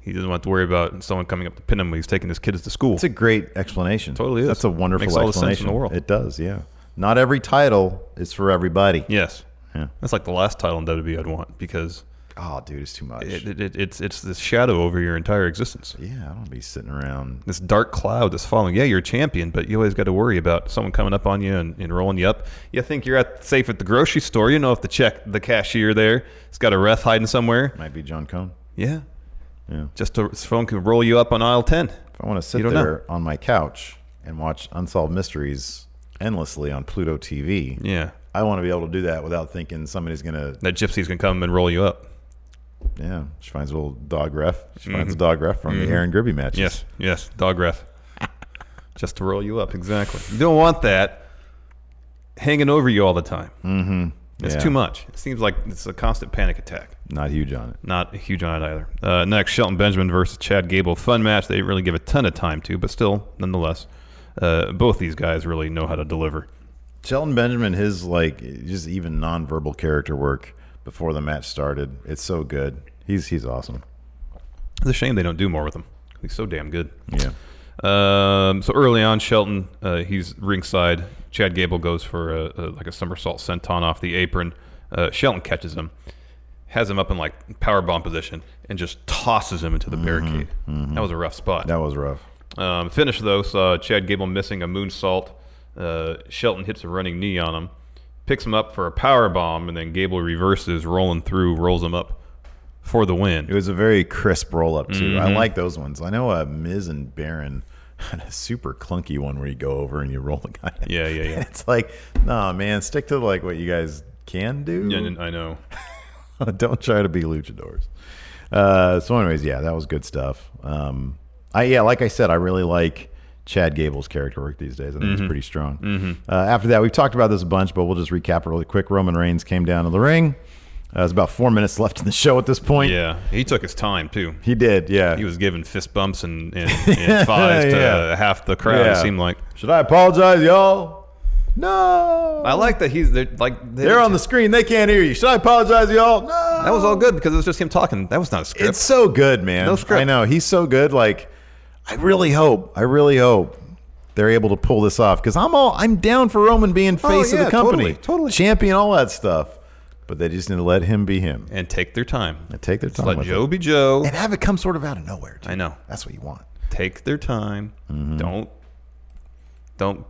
S4: He doesn't want to worry about someone coming up to pin him when he's taking his kids to school.
S3: It's a great explanation.
S4: Totally is.
S3: That's a wonderful
S4: Makes all the sense in
S3: explanation.
S4: the world.
S3: It does, yeah. Not every title is for everybody.
S4: yes.
S3: Yeah.
S4: That's like the last title in WWE I'd want because
S3: Oh, dude, it's too much.
S4: it, it, it, it's it's this shadow over your entire existence.
S3: yeah, I don't wanna be sitting around.
S4: This dark cloud that's falling. Yeah, you're a champion, but you always got to worry about someone coming up on you and, and rolling you up. You think you're at safe at the grocery store. You know if the check, the cashier there, it's got a ref hiding somewhere.
S3: Might be John Cohn.
S4: Yeah.
S3: Yeah.
S4: Just a phone can roll you up on aisle 10.
S3: If I want to sit
S4: You don't
S3: there
S4: know.
S3: on my couch and watch Unsolved Mysteries endlessly on Pluto TV,
S4: Yeah.
S3: I want to be able to do that without thinking somebody's going to,
S4: That gypsy's going to come and roll you up.
S3: yeah, she finds a little dog ref. She finds a dog ref from the Aaron Gribby matches.
S4: Mm-hmm. Yes. Yes. Dog ref. Just to roll you up. Exactly. You don't want that hanging over you all the time. Mm-hmm. It's
S3: Yeah.
S4: too much. It seems like it's a constant panic attack.
S3: Not huge on it.
S4: Not huge on it either. Uh, next, Shelton Benjamin versus Chad Gable. Fun match. They didn't really give a ton of time to, but still, nonetheless, uh, both these guys really know how to deliver.
S3: Shelton Benjamin, his like just even nonverbal character work before the match started, it's so good. He's he's awesome.
S4: It's a shame they don't do more with him. He's so damn good.
S3: Yeah.
S4: Um, so early on, Shelton, uh, he's ringside. Chad Gable goes for a, a, like a somersault senton off the apron. Uh, Shelton catches him, has him up in like power bomb position, and just tosses him into the barricade. That was a rough spot.
S3: That was rough.
S4: Um, finish though saw Chad Gable missing a moonsault. Uh, Shelton hits a running knee on him, picks him up for a power bomb, and then Gable reverses, rolling through, rolls him up for the win.
S3: It was a very crisp roll up too.
S4: Mm-hmm.
S3: I like those ones. I know uh, Miz and Baron had a super clunky one where you go over and you roll the guy.
S4: Yeah, yeah, yeah.
S3: it's like, nah, man, stick to like what you guys can do.
S4: Yeah, I know.
S3: Don't try to be luchadors. Uh, so, anyways, yeah, that was good stuff. Um, I yeah, like I said, I really like Chad Gable's character work these days. I think
S4: Mm-hmm.
S3: it's pretty strong. Uh, after that, we've talked about this a bunch, but we'll just recap it really quick. Roman Reigns came down to the ring. Uh, there's about four minutes left in the show at this point.
S4: Yeah, he took his time too.
S3: he did. Yeah,
S4: He was giving fist bumps and, and, and thighs to
S3: Yeah.
S4: half the crowd.
S3: Yeah.
S4: It seemed like.
S3: Should I apologize, y'all? No.
S4: I like that he's they're, like they-
S3: They're on the screen. They can't hear you. Should I apologize, y'all? No.
S4: That was all good because it was just him talking. That was not a script.
S3: It's so good, man.
S4: No script.
S3: I know he's so good. Like, I really hope. I really hope they're able to pull this off because I'm all I'm down for Roman being face of
S4: Oh, yeah,
S3: the company,
S4: totally, totally.
S3: champion, all that stuff. But they just need to let him be him
S4: and take their time.
S3: and take their
S4: Just
S3: time.
S4: let
S3: with
S4: Joe
S3: it.
S4: be Joe.
S3: and have it come sort of out of nowhere. Too.
S4: I know.
S3: That's what you want.
S4: Take their time.
S3: Mm-hmm.
S4: Don't don't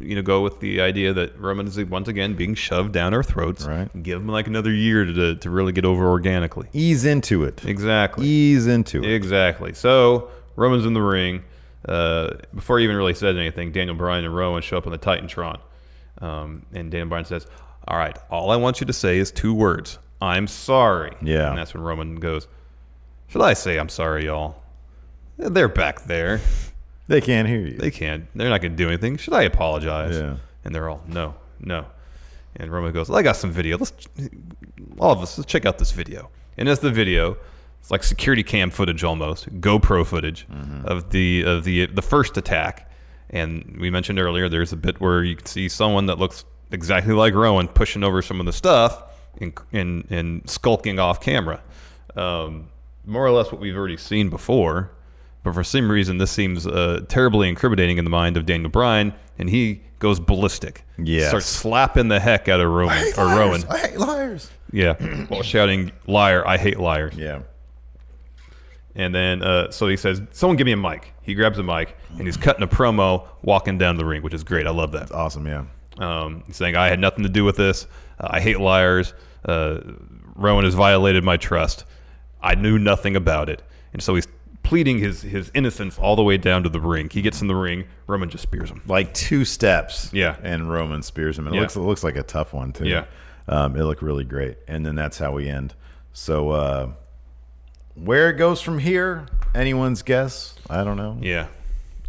S4: you know go with the idea that Roman is once again being shoved down our throats.
S3: Right.
S4: Give him like another year to to really get over organically.
S3: Ease into it.
S4: Exactly.
S3: Ease into it.
S4: Exactly. So Roman's in the ring. Uh, before he even really says anything, Daniel Bryan and Rowan show up on the Titantron, um, and Daniel Bryan says, "All right, all I want you to say is two words. I'm sorry."
S3: Yeah.
S4: And that's when Roman goes, "Should I say I'm sorry, y'all? They're back there.
S3: They can't hear you.
S4: They can't. They're not going to do anything. Should I apologize?"
S3: Yeah.
S4: And they're all, "No, no." And Roman goes, "I got some video. Let's all of us let's check out this video." And it's the video. It's like security cam footage almost, GoPro footage of the of the the first attack. And we mentioned earlier, there's a bit where you can see someone that looks exactly like Rowan pushing over some of the stuff and and, and skulking off camera. Um, more or less what we've already seen before. But for some reason, this seems uh, terribly incriminating in the mind of Daniel Bryan, and he goes ballistic.
S3: Yes.
S4: Starts slapping the heck out of Roman or Rowan.
S3: I hate liars.
S4: Yeah, while shouting "liar, I hate liars."
S3: Yeah.
S4: And then, uh, so he says, "Someone give me a mic." He grabs a mic and he's cutting a promo, walking down the ring, which is great. I love that.
S3: Awesome. Yeah.
S4: Um, he's saying, "I had nothing to do with this. Uh, I hate liars. Uh, Rowan has violated my trust. I knew nothing about it." And so he's pleading his his innocence all the way down to the ring. He gets in the ring. Roman just spears him.
S3: like two steps.
S4: Yeah.
S3: And Roman spears him. It
S4: Yeah.
S3: looks it looks like a tough one too.
S4: Yeah.
S3: Um, it looked really great. And then that's how we end. So uh, where it goes from here, anyone's guess. I don't know.
S4: Yeah.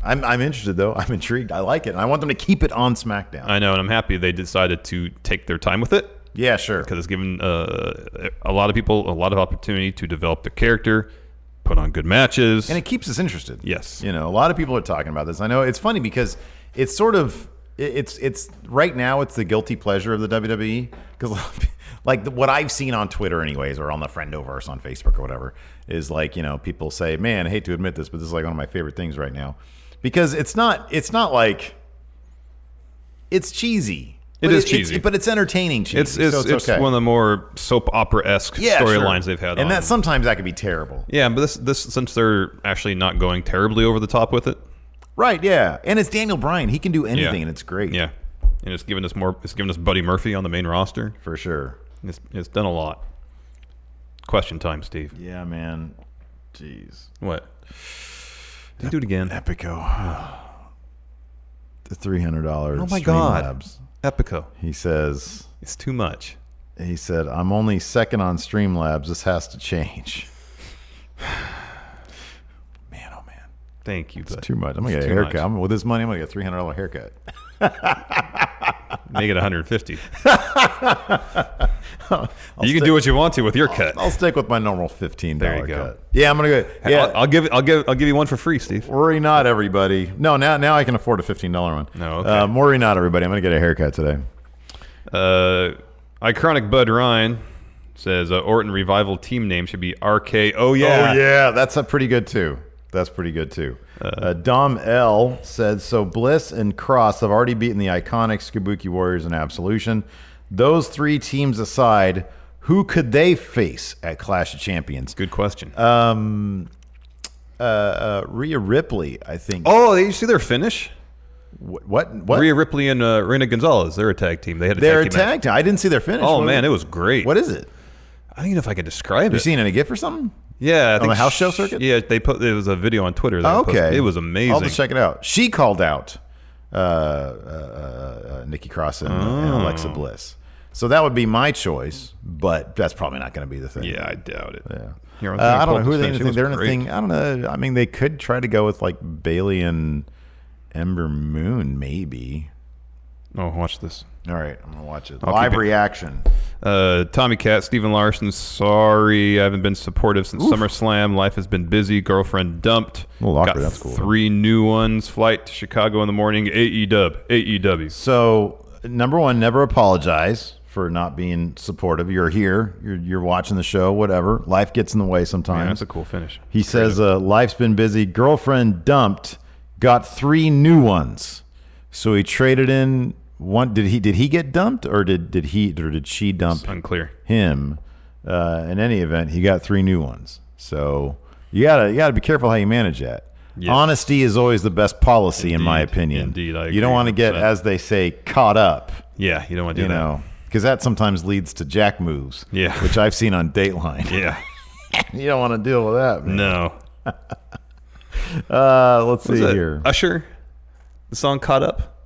S3: I'm I'm interested though. I'm intrigued. I like it. And I want them to keep it on SmackDown.
S4: I know, and I'm happy they decided to take their time with it.
S3: yeah, sure.
S4: because it's given uh, a lot of people a lot of opportunity to develop their character, put on good matches.
S3: And it keeps us interested.
S4: Yes.
S3: You know, a lot of people are talking about this. I know it's funny because it's sort of it- it's it's right now it's the guilty pleasure of the WWE because E, like the, what I've seen on Twitter, anyways, or on the friendoverse on Facebook or whatever, is like you know people say, "Man, I hate to admit this, but this is like one of my favorite things right now," because it's not it's not like it's cheesy.
S4: It
S3: But
S4: is cheesy.
S3: it's, but it's entertaining cheesy.
S4: It's it's,
S3: so
S4: it's,
S3: it's, okay.
S4: one of the more soap opera esque
S3: Yeah, sure.
S4: storylines they've had.
S3: and
S4: on.
S3: that sometimes that could be terrible.
S4: yeah, but this this since they're actually not going terribly over the top with it.
S3: Right? Yeah, and it's Daniel Bryan. He can do anything,
S4: Yeah.
S3: and it's great.
S4: Yeah, and it's given us more. It's given us Buddy Murphy on the main roster.
S3: for sure.
S4: It's it's done a lot. Question time, Steve.
S3: Yeah, man. Jeez.
S4: What? Did you do it again?
S3: Epico. The three hundred dollars.
S4: Oh my God, Epico.
S3: He says.
S4: It's too much.
S3: He said, "I'm only second on Streamlabs. This has to change." man, oh man,
S4: Thank you, bud.
S3: too much. I'm gonna
S4: It's
S3: get a
S4: too
S3: haircut.
S4: much.
S3: I'm, with this money, I'm gonna get a three hundred dollar haircut.
S4: Make it 150. you can do what you want to with your cut.
S3: I'll stick with my normal fifteen
S4: There
S3: dollar
S4: you go.
S3: cut. Yeah, I'm gonna go. Yeah,
S4: I'll, I'll give it- I'll give I'll give you one for free, Steve.
S3: worry not, everybody. No, now now I can afford a fifteen dollar one.
S4: No, Oh, okay.
S3: um, worry not, everybody. I'm gonna get a haircut today.
S4: Uh, iconic Bud Ryan says uh, Orton revival team name should be RK. Oh yeah,
S3: Oh yeah, that's a pretty good too. That's pretty good too. Uh, Dom L said so. Bliss and Cross have already beaten the iconic Skabuki Warriors in Absolution. Those three teams aside, who could they face at Clash of Champions?
S4: Good question.
S3: Uh, Rhea Ripley, I think.
S4: oh, you see their finish?
S3: Wh- what? What?
S4: Rhea Ripley and uh, Reina Gonzalez. They're a tag team. They had a
S3: They're
S4: tag team match.
S3: attacked. I didn't see their finish.
S4: Oh
S3: What-
S4: man, it was great.
S3: What is it?
S4: I don't even know if I can describe
S3: You
S4: it.
S3: seen it in a gift or something?
S4: Yeah, I
S3: the
S4: think
S3: house show
S4: sh-
S3: circuit? Oh,
S4: Yeah, they put it was a video on Twitter. that I posted.
S3: okay,
S4: it was
S3: I'll
S4: amazing.
S3: just check it out. She called out uh, uh, uh, uh, Nikki Cross and, and
S4: Oh.
S3: Alexa Bliss, so that would be my choice. But that's probably not going to be the thing.
S4: Yeah, I doubt it.
S3: yeah.
S4: Here, I'm
S3: Uh,
S4: gonna
S3: I don't
S4: pull
S3: know
S4: up
S3: who
S4: this
S3: they
S4: finish. It
S3: anything.
S4: was
S3: They're
S4: great.
S3: anything. I don't know. I mean, they could try to go with like Bailey and Ember Moon, maybe.
S4: Oh, watch this.
S3: All right, I'm gonna watch it.
S4: I'll
S3: Live
S4: keep it.
S3: reaction.
S4: Uh, Tommy Cat, Steven Larson. Sorry, I haven't been supportive since SummerSlam. Life has been busy. Girlfriend dumped.
S3: Well, awkward,
S4: Got
S3: that's cool.
S4: Three new ones. Flight to Chicago in the morning. E AEW. AEW.
S3: So number one, never apologize for not being supportive. You're here. You're you're watching the show. Whatever. Life gets in the way sometimes.
S4: Man, that's a cool finish.
S3: He says, uh, "Life's been busy. Girlfriend dumped. Got three new ones. So he traded in one. Did he? Did he get dumped, or did did he or did she dump
S4: Unclear.
S3: him? Uh, in any event, he got three new ones. So you gotta you gotta be careful how you manage that.
S4: Yes.
S3: Honesty is always the best policy, in my
S4: Indeed.
S3: opinion.
S4: Indeed, I
S3: you don't
S4: agree
S3: want to get,
S4: 100%.
S3: as they say, caught up.
S4: Yeah, you don't want to do
S3: You
S4: that.
S3: know, because that sometimes leads to jack moves.
S4: Yeah.
S3: which I've seen on Dateline.
S4: Yeah.
S3: you don't want to deal with that. Man.
S4: No.
S3: Uh, let's see
S4: Is that
S3: here.
S4: Usher. The song caught up.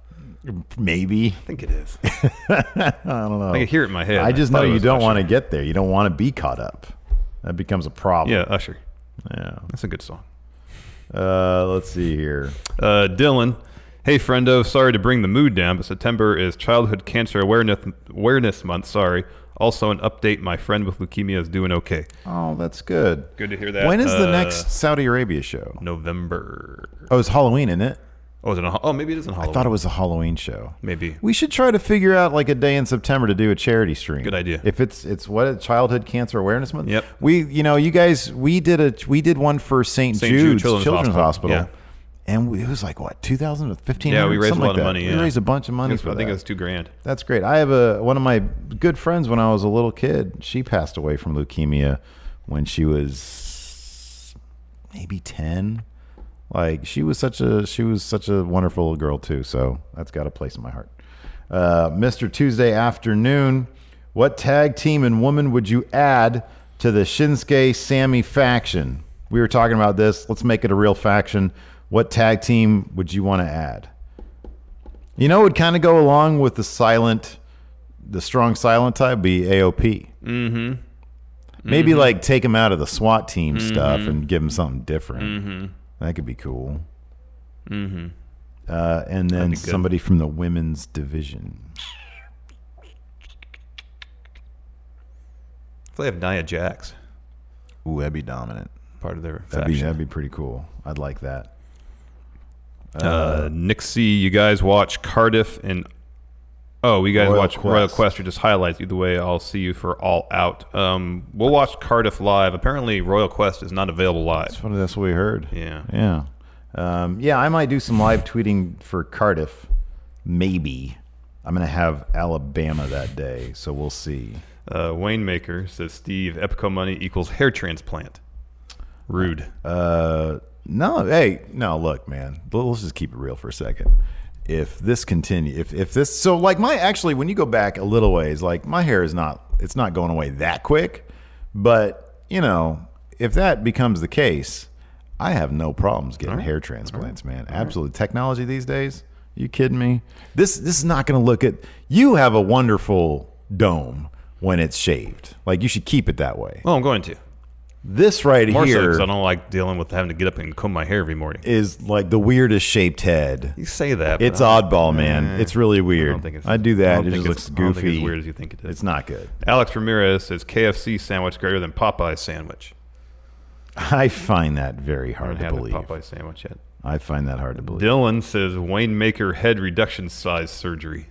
S3: Maybe.
S4: I think it is. I don't know. I can hear it in my head.
S3: I just
S4: thought
S3: know
S4: it
S3: you
S4: was
S3: don't
S4: Usher.
S3: want to get there. You don't want to be caught up. That becomes a problem.
S4: Yeah, Usher.
S3: Yeah.
S4: That's a good song.
S3: Uh, let's see here.
S4: Uh, Dylan, hey friendo, sorry to bring the mood down, but September is Childhood Cancer Awareness Awareness Month. Sorry. Also, an update: my friend with leukemia is doing okay.
S3: Oh, that's good.
S4: Good to hear that.
S3: When is the
S4: Uh,
S3: next Saudi Arabia show?
S4: November?
S3: Oh, it's Halloween, isn't it?
S4: Oh, is it? A, oh, maybe it isn't Halloween.
S3: I thought it was a Halloween show.
S4: Maybe.
S3: We should try to figure out like a day in September to do a charity stream.
S4: Good idea.
S3: If it's it's what childhood cancer awareness month.
S4: Yep.
S3: We you know you guys we did a we did one for St.
S4: St.
S3: Jude's,
S4: Jude
S3: Children's,
S4: Children's
S3: Hospital.
S4: Hospital.
S3: And we, it was like what 2000 or 15
S4: yeah, we raised a
S3: something
S4: lot
S3: like
S4: of
S3: that.
S4: money.
S3: We
S4: yeah.
S3: raised a bunch of money
S4: It's-
S3: for
S4: I think
S3: that.
S4: it was two grand.
S3: That's great. I have a one of my good friends when I was a little kid. She passed away from leukemia when she was maybe ten. Like she was such a she was such a wonderful little girl too. So that's got a place in my heart. Uh, Mr. Tuesday afternoon, what tag team and woman would you add to the Shinsuke Sammy faction? We were talking about this. Let's make it a real faction. What tag team would you want to add? You know, it would kind of go along with the silent, the strong silent type be AOP. Mm-hmm. Maybe like take him out of the SWAT team stuff and give him something different. Mm-hmm. That could be cool. Mm-hmm. Uh, and then
S4: good.
S3: somebody from the women's division.
S4: If they have Nia Jax,
S3: Ooh, that'd be dominant.
S4: part of their
S3: That'd be,
S4: faction.
S3: that'd be pretty cool. I'd like that.
S4: Uh, Nick C, you guys watch Cardiff and Oh, you guys
S3: Royal
S4: watch Royal
S3: Quest.
S4: Quest or just highlights. Either way, I'll see you for All Out. Um, we'll watch Cardiff live. Apparently, Royal Quest is not available live.
S3: That's what, that's what we heard.
S4: Yeah.
S3: Yeah. Um, yeah, I might do some live tweeting for Cardiff. Maybe. I'm going to have Alabama that day, so we'll see.
S4: Uh, Wayne Maker says Steve Epico money equals hair transplant. Rude.
S3: Uh, no, hey, no, look, man. L- Let's just keep it real for a second. If this continue, if if this, so like my actually, when you go back a little ways, like my hair is not, it's not going away that quick. But you know, if that becomes the case, I have no problems getting hair transplants, man. Absolutely, technology these days. You kidding me? This this is not going to look at. You have a wonderful dome when it's shaved. Like you should keep it that way.
S4: Well, oh, I'm going to.
S3: This right
S4: More so
S3: here
S4: because I don't like dealing with having to get up and comb my hair every morning.
S3: is like the weirdest shaped head.
S4: You say that. but uh,
S3: It's
S4: I-
S3: oddball, man. It's really weird. I,
S4: think it's-
S3: do
S4: I
S3: that.
S4: don't
S3: It
S4: think
S3: just
S4: it's-
S3: looks
S4: I don't think
S3: goofy.
S4: it's weird as you think it is.
S3: It's not good.
S4: Alex Ramirez says KFC sandwich greater than Popeye sandwich.
S3: I find that very hard
S4: I
S3: to
S4: haven't
S3: believe.
S4: had the Popeye sandwich yet.
S3: I find that hard to believe.
S4: Dylan says Wayne Maker head reduction size surgery.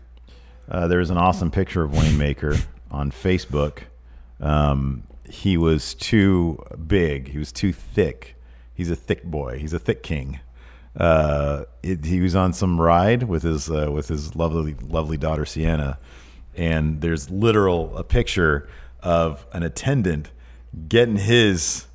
S3: Uh, there is an awesome picture of Wayne Maker on Facebook. Um, he was too big. He was too thick. He's a thick boy. He's a thick king. Uh, it, he was on some ride with his uh, with his lovely lovely daughter Sienna, and there's literal a picture of an attendant getting his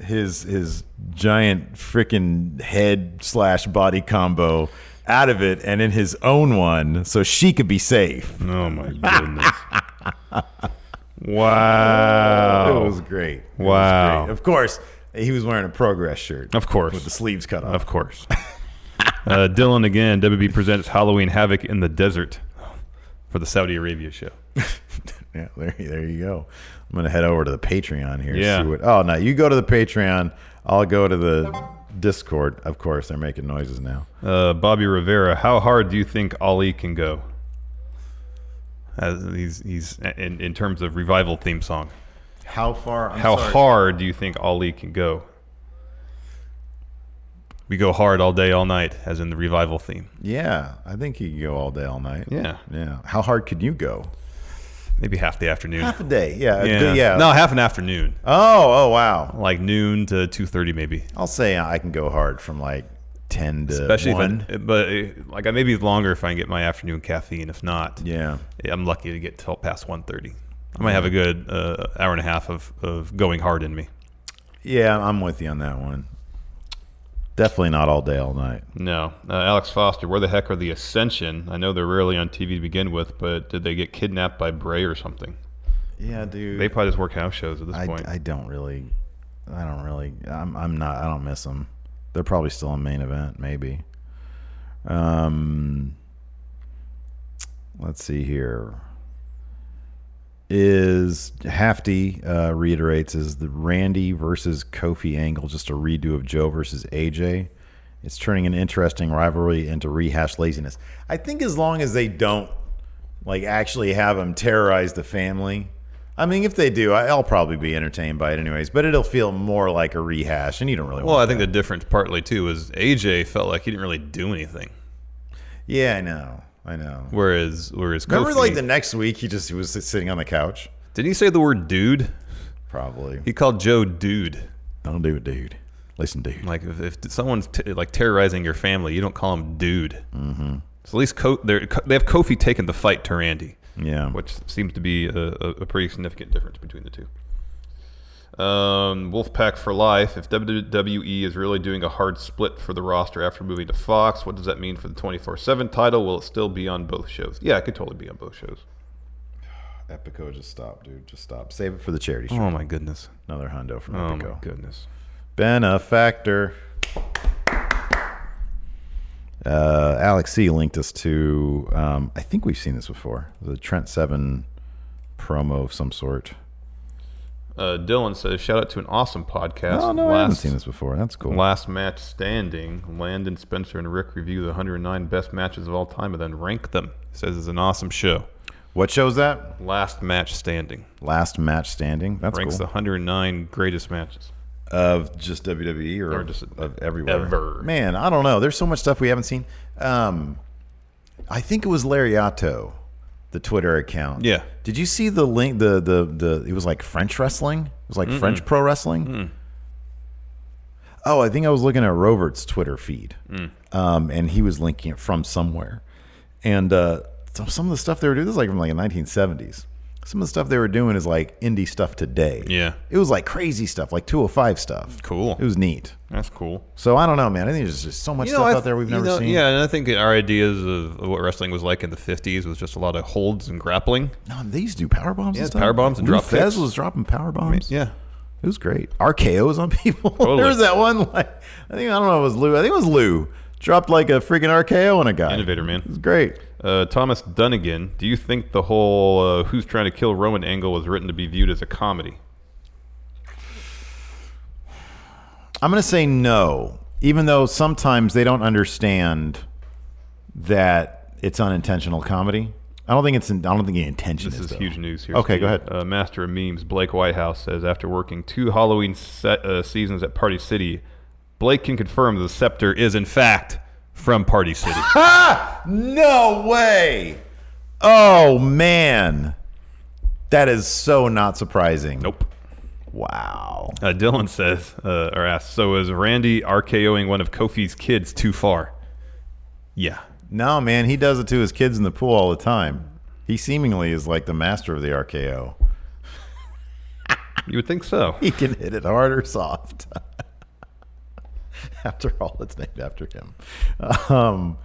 S3: his his giant freaking head slash body combo out of it and in his own one so she could be safe.
S4: Oh my goodness! wow.
S3: It was great. It was
S4: Wow.
S3: great. Of course, he was wearing a progress shirt.
S4: Of course.
S3: With the sleeves cut off.
S4: Of course. uh, Dylan again. WB presents Halloween Havoc in the desert for the Saudi Arabia show.
S3: Yeah, there, there you go. I'm gonna head over to the Patreon here.
S4: Yeah.
S3: See what, oh no, you go to the Patreon. I'll go to the Discord. Of course, they're making noises now.
S4: Uh, Bobby Rivera, how hard do you think Ali can go? As he's he's in, in terms of revival theme song.
S3: How far? I'm
S4: How
S3: sorry.
S4: hard do you think Ali can go? We go hard all day, all night, as in the revival theme.
S3: Yeah, I think he could go all day, all night.
S4: Yeah.
S3: Yeah. How hard could you go?
S4: Maybe half the afternoon.
S3: Half a day. Yeah. a
S4: yeah.
S3: day- yeah.
S4: No, half an afternoon.
S3: Oh, oh wow.
S4: Like noon to two thirty, maybe.
S3: I'll say I can go hard from like ten to
S4: Especially
S3: one.
S4: if, I, but uh, like I maybe longer if I can get my afternoon caffeine. If not,
S3: yeah.
S4: I'm lucky to get till past one thirty. I might have a good uh, hour and a half of, of going hard in me.
S3: Yeah, I'm with you on that one. Definitely not all day, all night.
S4: No, uh, Alex Foster, where the heck are the Ascension? I know they're rarely on TV to begin with, but did they get kidnapped by Bray or something?
S3: Yeah, dude.
S4: They probably just work house shows at this
S3: I,
S4: point.
S3: I don't really, I don't really, I'm, I'm not, I don't miss them. They're probably still in main event, maybe. Um, let's see here. Is Hafty uh, reiterates is the Randy versus Kofi angle just a redo of Joe versus AJ? It's turning an interesting rivalry into rehashed laziness. I think as long as they don't like actually have them terrorize the family. I mean, if they do, I- I'll probably be entertained by it anyways. But it'll feel more like a rehash, and you don't really.
S4: well,
S3: want
S4: I think the difference partly too is AJ felt like he didn't really do anything,
S3: Yeah, I know. I know.
S4: whereas whereas
S3: Remember,
S4: Kofi,
S3: like the next week, he just he was sitting on the couch.
S4: didn't he say the word dude?
S3: Probably.
S4: He called Joe dude.
S3: Don't do it, dude. Listen, dude.
S4: Like if, if someone's t- like terrorizing your family, you don't call him dude. Mm-hmm. So at least Co- they're, Co- they have Kofi taking the fight to Randy,
S3: Yeah.
S4: which seems to be a, a, a pretty significant difference between the two. Um, Wolfpack for life. If WWE is really doing a hard split for the roster after moving to Fox, what does that mean for the 24/7 title? Will it still be on both shows? Yeah, it could totally be on both shows.
S3: Epico, just stop, dude. Just stop. Save it for the charity show.
S4: Oh my goodness.
S3: Another hundo from
S4: Oh
S3: Epico.
S4: my goodness.
S3: benefactor. Uh, Alex C linked us to, um, I think we've seen this before, the Trent Seven promo of some sort.
S4: Uh, Dylan says, "Shout out to an awesome podcast."
S3: Oh no, I haven't
S4: Last-
S3: seen this before. That's cool.
S4: Last match standing. Landon, Spencer, and Rick review the 109 best matches of all time and then rank them. Says it's an awesome show.
S3: What show's that?
S4: Last match standing
S3: Last match standing. That's
S4: ranks the
S3: cool.
S4: 109 greatest matches.
S3: of just WWE or,
S4: Or just
S3: of everywhere.
S4: ever.
S3: Man, I don't know. There's so much stuff we haven't seen. Um, I think it was Lariato the Twitter account.
S4: Yeah.
S3: Did you see the link? The the the it was like French wrestling. It was like French pro wrestling. Oh, I think I was looking at Robert's Twitter feed,
S4: Mm.
S3: um, and he was linking it from somewhere. And uh, so some of the stuff they were doing this is like from like the 1970s. Some of the stuff they were doing is like indie stuff today.
S4: Yeah.
S3: it was like crazy stuff, like 205 stuff.
S4: Cool.
S3: It was neat.
S4: That's cool.
S3: So I don't know, man. I think there's just so much stuff
S4: I-
S3: out there we've
S4: you
S3: never
S4: know,
S3: seen.
S4: Yeah, and I think our ideas of, of what wrestling was like in the 50s was just a lot of holds and grappling.
S3: No, they used to do power bombs.
S4: Yeah,
S3: and stuff.
S4: power bombs and
S3: Lou
S4: drop
S3: Fez
S4: kicks.
S3: was dropping power bombs.
S4: Yeah.
S3: it was great. RKO's on people.
S4: Totally.
S3: there was that one. Like I think I don't know. It was Lou. I think it was Lou. Dropped like a freaking RKO on a guy.
S4: Innovator, man.
S3: It was great.
S4: Uh, Thomas Dunnigan, do you think the whole uh, "Who's Trying to Kill Roman" angle was written to be viewed as a comedy?
S3: I'm gonna say no, even though sometimes they don't understand that it's unintentional comedy. I don't think it's. In, I don't think the intention
S4: This
S3: is.
S4: is
S3: though.
S4: huge news here.
S3: Okay, go
S4: Steve.
S3: ahead.
S4: Uh, Master of memes Blake Whitehouse says after working two Halloween se- uh, seasons at Party City, Blake can confirm the scepter is in fact from Party City.
S3: Ah, no way. Oh man, that is so not surprising.
S4: nope.
S3: Wow.
S4: Uh, Dylan says uh, or asks, so is Randy RKOing one of Kofi's kids too far? Yeah.
S3: No, man, he does it to his kids in the pool all the time. He seemingly is like the master of the RKO.
S4: You would think so.
S3: He can hit it hard or soft. after all, it's named after him. Um,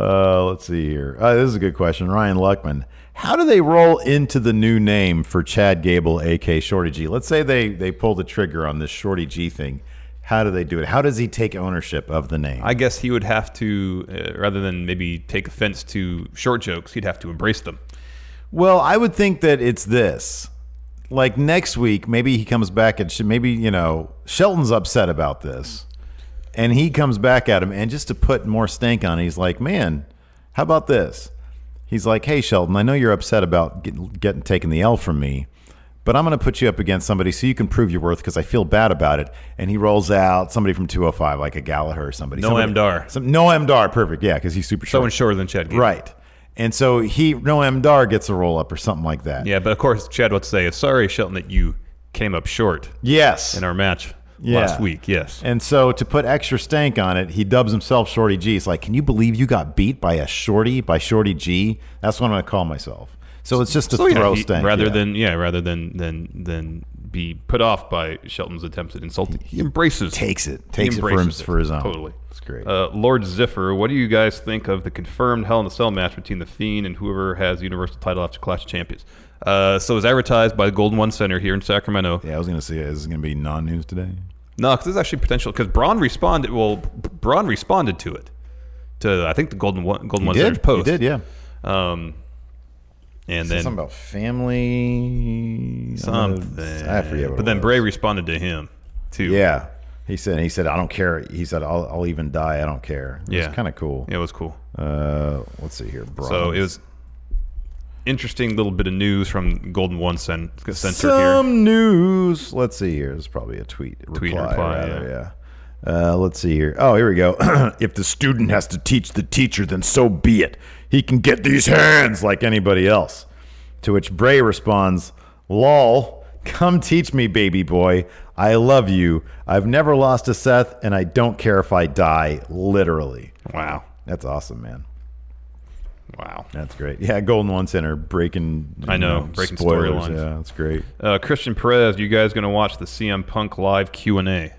S3: uh, let's see here. Uh, this is a good question. Ryan Luckman. How do they roll into the new name for Chad Gable, AK Shorty G? Let's say they, they pull the trigger on this Shorty G thing. How do they do it? How does he take ownership of the name?
S4: I guess he would have to, uh, rather than maybe take offense to short jokes, he'd have to embrace them.
S3: Well, I would think that it's this. Like next week, maybe he comes back and sh- maybe you know Shelton's upset about this, and he comes back at him and just to put more stink on, it, he's like, "Man, how about this?" He's like, "Hey, Shelton, I know you're upset about getting, getting taking the L from me, but I'm going to put you up against somebody so you can prove your worth because I feel bad about it." And he rolls out somebody from 205, like a Gallagher or somebody.
S4: Noam
S3: Somebody-
S4: Dar.
S3: Some, Noam Dar, perfect, yeah, because he's super short.
S4: Someone shorter than Chad. Gable.
S3: Right. And so he Noam Dar gets a roll up or something like that.
S4: Yeah, but of course, Chad would say, "Sorry, Shelton, that you came up short
S3: Yes.
S4: in our match
S3: Yeah.
S4: last week." Yes,
S3: and so to put extra stank on it, he dubs himself Shorty G. It's like, can you believe you got beat by a shorty by Shorty G? That's what I'm going to call myself. So it's just to
S4: So, yeah,
S3: throw
S4: he-
S3: stank
S4: rather
S3: yeah.
S4: than yeah, rather than than than be put off by Shelton's attempts at insulting, he embraces
S3: takes it,
S4: He
S3: takes it for him-
S4: embraces
S3: for his own.
S4: Totally,
S3: It's great.
S4: Uh, Lord Ziffer, what do you guys think of the confirmed Hell in a Cell match between the Fiend and whoever has the Universal title after Clash of Champions? Uh, so it was advertised by the Golden One Center here in Sacramento.
S3: yeah, I was going to say, is this going to be non news today?
S4: No, because there's actually potential. Because Braun responded. Well, Braun responded to it. To I think the Golden One, Golden
S3: He
S4: One
S3: did.
S4: Center's post.
S3: He did, yeah.
S4: Um, and
S3: Said
S4: then
S3: something about family.
S4: something.
S3: I forget what
S4: But
S3: it
S4: then
S3: was.
S4: Bray responded to him too.
S3: Yeah. He said, he said, I don't care. He said, I'll, I'll even die. I don't care. It
S4: yeah,
S3: kind of cool.
S4: Yeah, it was cool.
S3: Uh, let's see here. Braun.
S4: So it was interesting little bit of news from Golden One Cen- Center
S3: some
S4: here.
S3: news. Let's see here. This is probably a tweet reply.
S4: Tweet reply,
S3: rather, yeah. Uh, let's see here. Oh, here we go. if the student has to teach the teacher, then so be it. He can get these hands like anybody else. To which Bray responds, "Lol, come teach me, baby boy. I love you. I've never lost a Seth, and I don't care if I die. Literally,
S4: Wow,
S3: that's awesome, man.
S4: wow.
S3: That's great. Yeah, Golden One Center breaking.
S4: I
S3: you
S4: know, breaking
S3: spoilers.
S4: storylines.
S3: Yeah, that's great.
S4: Uh, Christian Perez, you guys gonna watch the CM Punk live Q and A?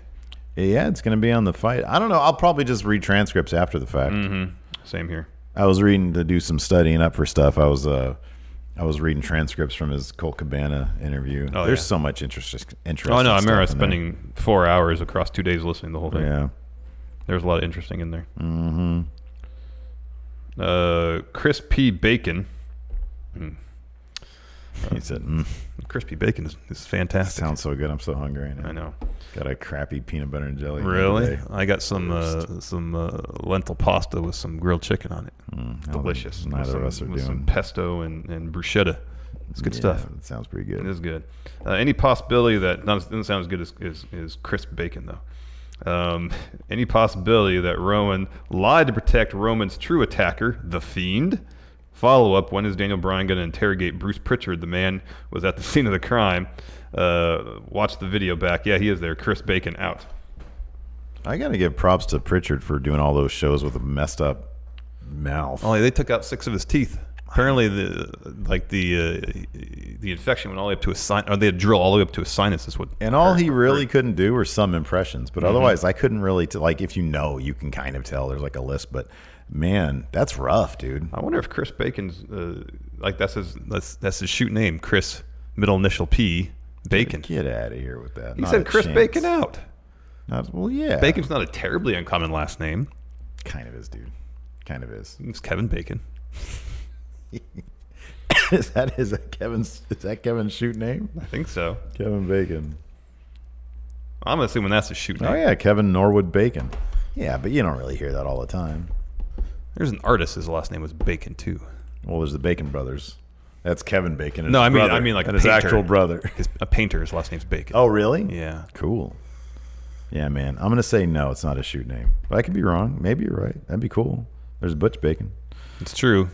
S3: Yeah, it's going to be on the fight. I don't know. I'll probably just read transcripts after the fact.
S4: Mm-hmm. Same here.
S3: I was reading to do some studying up for stuff. I was uh, I was reading transcripts from his Colt Cabana interview.
S4: Oh,
S3: There's
S4: yeah.
S3: so much interest. Interesting.
S4: Oh no, I remember I was
S3: stuff in there.
S4: spending four hours across two days listening to the whole thing.
S3: Yeah.
S4: There's a lot of interesting in there. Mm-hmm. Uh, Chris P. Bacon.
S3: He said, mm,
S4: Crispy bacon is, is fantastic.
S3: "Sounds so good. I'm so hungry right now.
S4: I know.
S3: Got a crappy peanut butter and jelly. the other
S4: Really?
S3: day.
S4: I got some uh, some uh, lentil pasta with some grilled chicken on it. Delicious.
S3: Mm, neither
S4: With
S3: of
S4: some-
S3: us are
S4: with
S3: doing-
S4: some pesto and and bruschetta. It's good stuff.
S3: Yeah, it sounds pretty
S4: It
S3: good.
S4: is good. Uh, any possibility that not, doesn't sound as good as is, is crisp bacon though. Um, any possibility that Rowan lied to protect Roman's true attacker, the Fiend? Follow up: When is Daniel Bryan going to interrogate Bruce Pritchard? The man was at the scene of the crime. Uh, watch the video back. Yeah, he is there. Chris Bacon out.
S3: I gotta give props to Pritchard for doing all those shows with a messed up mouth.
S4: Only they took out six of his teeth. Apparently, the like the uh, the infection went all the way up to his sinus. Or they had drill all the way up to his sinus. Is what.
S3: and all he really couldn't do were some impressions,
S4: Mm-hmm.
S3: but otherwise I couldn't really t- like. If you know, you can kind of tell. There's like a list, but man, that's rough, dude.
S4: I wonder if Chris Bacon's uh, like that's his that's, that's his shoot name, Chris middle initial P Bacon.
S3: Get out of here with that.
S4: He
S3: Not a
S4: said Chris
S3: chance.
S4: Bacon out.
S3: Not- well, yeah,
S4: Bacon's not a terribly uncommon last name.
S3: kind of is, dude. Kind of is.
S4: It's Kevin Bacon.
S3: is that is that Kevin's is that Kevin's shoot name?
S4: I think so.
S3: Kevin Bacon.
S4: I'm assuming that's a shoot name.
S3: Oh yeah, Kevin Norwood Bacon. Yeah, but you don't really hear that all the time.
S4: There's an artist. His last name was Bacon too.
S3: Well, there's the Bacon brothers. That's Kevin Bacon. And
S4: No,
S3: his
S4: I mean-
S3: brother,
S4: I mean like a
S3: and his
S4: painter.
S3: actual brother.
S4: His, a painter. His last name's Bacon.
S3: Oh, really?
S4: yeah.
S3: Cool. Yeah, man. I'm gonna say no. It's not a shoot name, but I could be wrong. Maybe you're right. That'd be cool. There's Butch Bacon.
S4: It's true.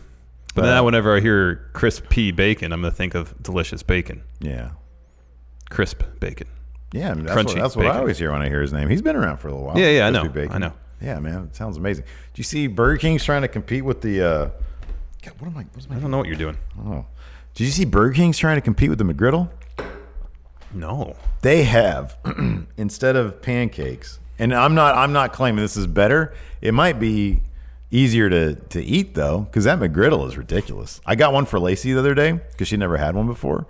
S4: But, now, whenever I hear Crisp P. Bacon, I'm going to think of delicious bacon.
S3: Yeah.
S4: Crisp bacon.
S3: Yeah, I mean, that's, what,
S4: Crunchy
S3: that's what I
S4: bacon.
S3: always hear when I hear his name. He's been around for a little while.
S4: Yeah, yeah, I
S3: Crispy
S4: know. I know.
S3: Yeah, man, it sounds amazing. Do you see Burger King's trying to compete with the? Uh, God, what am I? What's my?
S4: I don't know what you're doing.
S3: Oh, did you see Burger King's trying to compete with the McGriddle?
S4: No.
S3: They have instead of pancakes, and I'm not. I'm not claiming this is better. It might be easier to to eat though, because that McGriddle is ridiculous. I got one for Lacey the other day because she never had one before,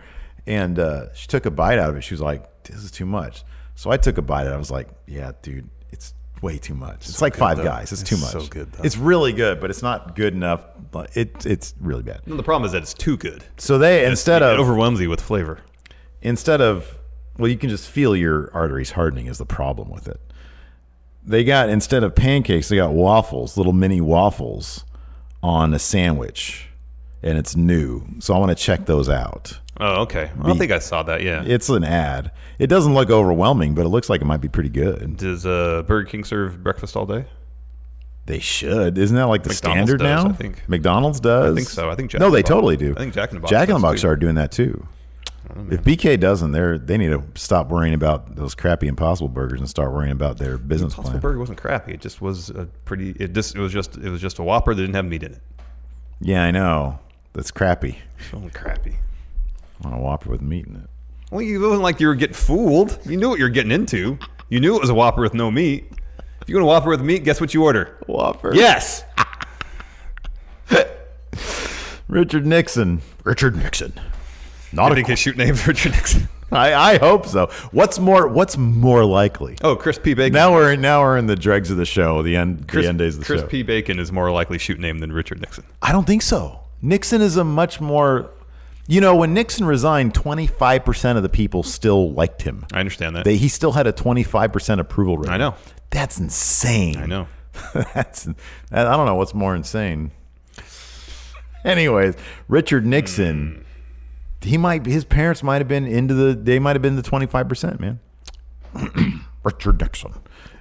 S3: and uh, she took a bite out of it. She was like, "This is too much." So I took a bite, and I was like, "Yeah, dude, it's." Way too much. It's like Five
S4: though.
S3: Guys. It's,
S4: It's
S3: too much.
S4: so good, though.
S3: It's really good, but it's not good enough. Like, It it's really bad.
S4: No, the problem is that it's too good.
S3: So they instead
S4: it
S3: of
S4: overwhelms you with flavor.
S3: instead of well you can just feel your arteries hardening is the problem with it they got instead of pancakes they got waffles little mini waffles on a sandwich and it's new so i want to check those out
S4: Oh, okay. I think I saw that. Yeah.
S3: it's an ad it doesn't look overwhelming but it looks like it might be pretty good
S4: Does uh, Burger King serve breakfast all day?
S3: they should isn't that like the
S4: McDonald's
S3: standard
S4: does,
S3: now
S4: I think.
S3: mcdonald's does
S4: I think so. I think Jack
S3: no
S4: in the
S3: they
S4: Box-
S3: totally do
S4: I think Jack in the Box
S3: jack in the
S4: does,
S3: box
S4: too.
S3: started doing that too if BK doesn't, they they need to stop worrying about those crappy Impossible Burgers and start worrying about their business
S4: Impossible
S3: plan.
S4: Burger wasn't crappy. It just was a pretty. It just it was just it was just a Whopper that didn't have meat in it.
S3: Yeah, I know. That's crappy.
S4: It's only crappy.
S3: On a Whopper with meat in it.
S4: Well, you it wasn't like you were getting fooled. You knew what you're getting into. You knew it was a Whopper with no meat. If you want a Whopper with meat, guess what you order?
S3: Whopper.
S4: Yes.
S3: Richard Nixon. Richard Nixon. Not
S4: I
S3: a
S4: think his shoot name is Richard Nixon.
S3: I, I hope so. What's more what's more likely?
S4: Oh, Chris P. Bacon.
S3: Now we're now we're in the dregs of the show, the end
S4: Chris,
S3: the end days of the
S4: Chris
S3: show.
S4: P. Bacon is more likely shoot name than Richard Nixon.
S3: I don't think so. Nixon is a much more you know, when Nixon resigned, twenty five percent of the people still liked him.
S4: I understand that.
S3: They, he still had a twenty five percent approval rating.
S4: I know.
S3: That's insane.
S4: I know.
S3: That's I don't know what's more insane. Anyways, Richard
S4: Hmm.
S3: Nixon, he might his parents might have been into the they might have been the twenty five percent man. Richard Nixon.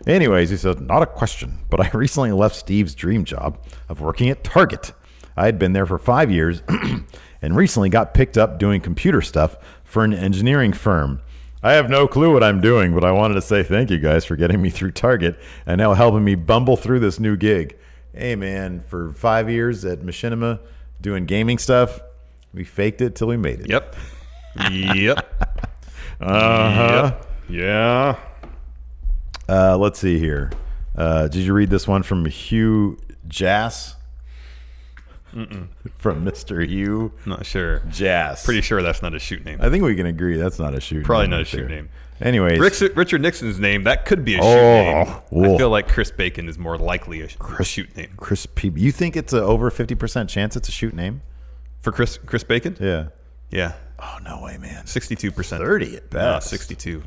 S3: Anyways, he said, not a question, but I recently left Steve's dream job of working at Target. I had been there for five years and recently got picked up doing computer stuff for an engineering firm. I have no clue what I'm doing, but I wanted to say thank you guys for getting me through Target and now helping me bumble through this new gig. Hey, man, for five years at Machinima doing gaming stuff, we faked it till we made it.
S4: Yep. yep. Yep. Yeah.
S3: Uh, let's see here. Uh, did you read this one from Hugh Jass? from Mr. Hugh
S4: Not sure.
S3: Jass.
S4: Pretty sure that's not a shoot name.
S3: I think we can agree that's not a shoot.
S4: Probably
S3: name
S4: not a
S3: right
S4: shoot
S3: there.
S4: name.
S3: Anyways,
S4: Rick's, Richard Nixon's name, that could be a shoot
S3: Oh,
S4: name.
S3: woof.
S4: I feel like Chris Bacon is more likely a, sh- a shoot name.
S3: Chris P. You think it's a over fifty percent chance it's a shoot name?
S4: For Chris Chris Bacon?
S3: Yeah.
S4: Yeah.
S3: Oh no way, man.
S4: 62%.
S3: 30 at best.
S4: 62.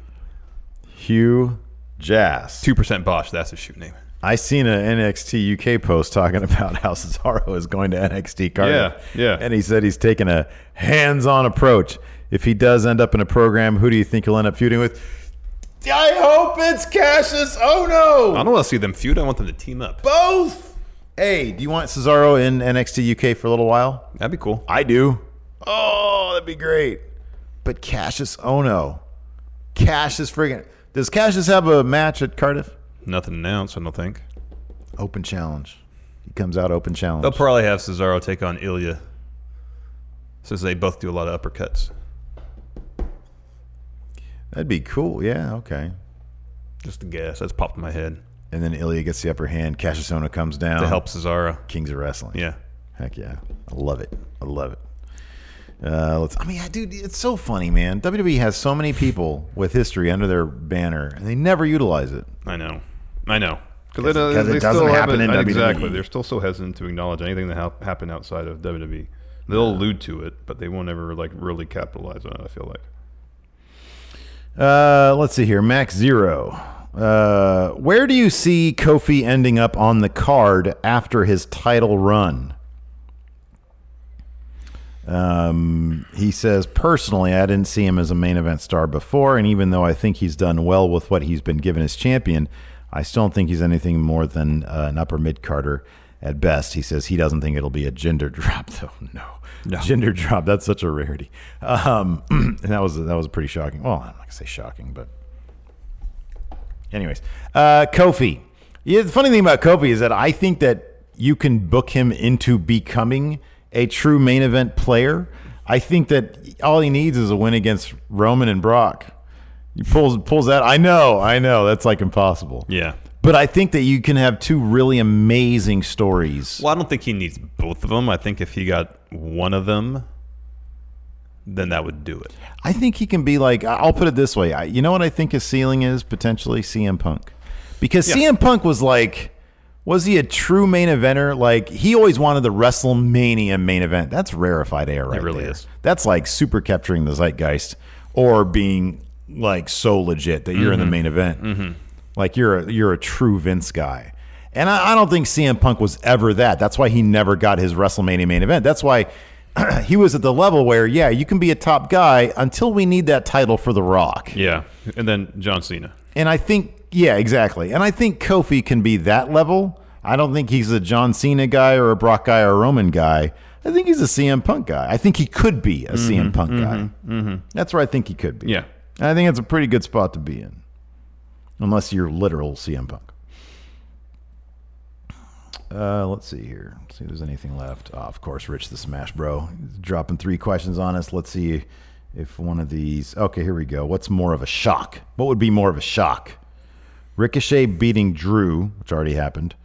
S3: Hugh Jass.
S4: 2% Bosch, that's a shoot name.
S3: I seen an NXT UK post talking about how Cesaro is going to NXT Cardiff.
S4: Yeah, yeah.
S3: And he said he's taking a hands-on approach. If he does end up in a program, who do you think he'll end up feuding with? I hope it's Cassius. Oh no,
S4: I don't want to see them feud. I want them to team up.
S3: both. Hey, do you want Cesaro in NXT UK for a little while?
S4: That'd be cool.
S3: I do. Oh, that'd be great. But Cassius Ono. Cassius friggin' Does Cassius have a match at Cardiff?
S4: Nothing announced, I don't think.
S3: Open challenge. He comes out open challenge.
S4: They'll probably have Cesaro take on Ilya, since they both do a lot of uppercuts.
S3: That'd be cool. Yeah, okay.
S4: Just a guess. That's popped in my head
S3: And then Ilya gets the upper hand. Cassius Ono comes down.
S4: to help Cesaro.
S3: Kings of Wrestling.
S4: Yeah,
S3: Heck yeah. I love it. I love it. Uh, let's, I mean, I- dude, it's so funny, man. WWE has so many people with history under their banner, and they never utilize it.
S4: I know. I know.
S3: 'Cause- 'cause it doesn't happen in E.
S4: Exactly.
S3: WWE.
S4: They're still so hesitant to acknowledge anything that hap happened outside of WWE. They'll allude to it, but they won't ever like really capitalize on it. I feel like.
S3: Uh, let's see here. Max Zero. Uh, where do you see Kofi ending up on the card after his title run? Um, he says, personally, I didn't see him as a main event star before, and even though I think he's done well with what he's been given as champion, I still don't think he's anything more than uh, an upper mid Carter at best. He says he doesn't think it'll be a gender drop, though. No, gender drop. That's such a rarity. Um, and that was that was pretty shocking. Well, I'm not gonna say shocking, but Anyways, uh, Kofi. Yeah, the funny thing about Kofi is that I think that you can book him into becoming a true main event player. I think that all he needs is a win against Roman and Brock. He pulls pulls that. I know, I know. That's like impossible.
S4: Yeah.
S3: But I think that you can have two really amazing stories.
S4: Well, I don't think he needs both of them. I think if he got one of them, then that would do it.
S3: I think he can be like. I- I'll put it this way. I, you know what I think his ceiling is potentially CM Punk, because
S4: Yeah.
S3: CM Punk was like, was he a true main eventer? Like he always wanted the WrestleMania main event. That's rarefied air, right?
S4: really
S3: there.
S4: is.
S3: That's like super capturing the zeitgeist or being like so legit that you're
S4: Mm-hmm.
S3: in the main event. Like you're a, you're a true Vince guy. And I, I don't think CM Punk was ever that. That's why he never got his WrestleMania main event. That's why he was at the level where, yeah, you can be a top guy until we need that title for The Rock.
S4: Yeah, and then John Cena.
S3: And I think, yeah, exactly. And I think Kofi can be that level. I don't think he's a John Cena guy or a Brock guy or a Roman guy. I think he's a CM Punk guy. I think he could be a CM Punk guy. That's where I think he could be.
S4: Mm-hmm. Yeah.
S3: And I think it's a pretty good spot to be in, unless you're literal CM Punk. Uh, let's see here. Let's see if there's anything left. Ah, of course, Rich the Smash Bro is dropping three questions on us. Let's see if one of these. Okay, here we go. What's more of a shock? What would be more of a shock? Ricochet beating Drew, which already happened,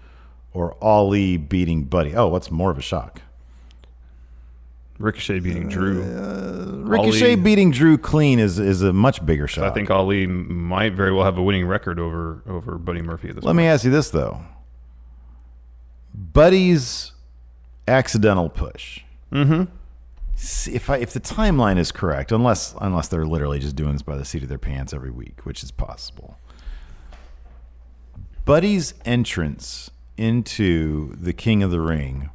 S3: or Ali beating Buddy? Oh, what's more of a shock?
S4: Ricochet beating Drew.
S3: Uh, Ricochet
S4: Ali-
S3: beating Drew clean is is a much bigger shock.
S4: I think Ali m- might very well have a winning record over over Buddy Murphy at this
S3: Let me ask you this though. Buddy's accidental push. Mm-hmm. If I if the timeline is correct, unless unless they're literally just doing this by the seat of their pants every week, which is possible. Buddy's entrance into the King of the Ring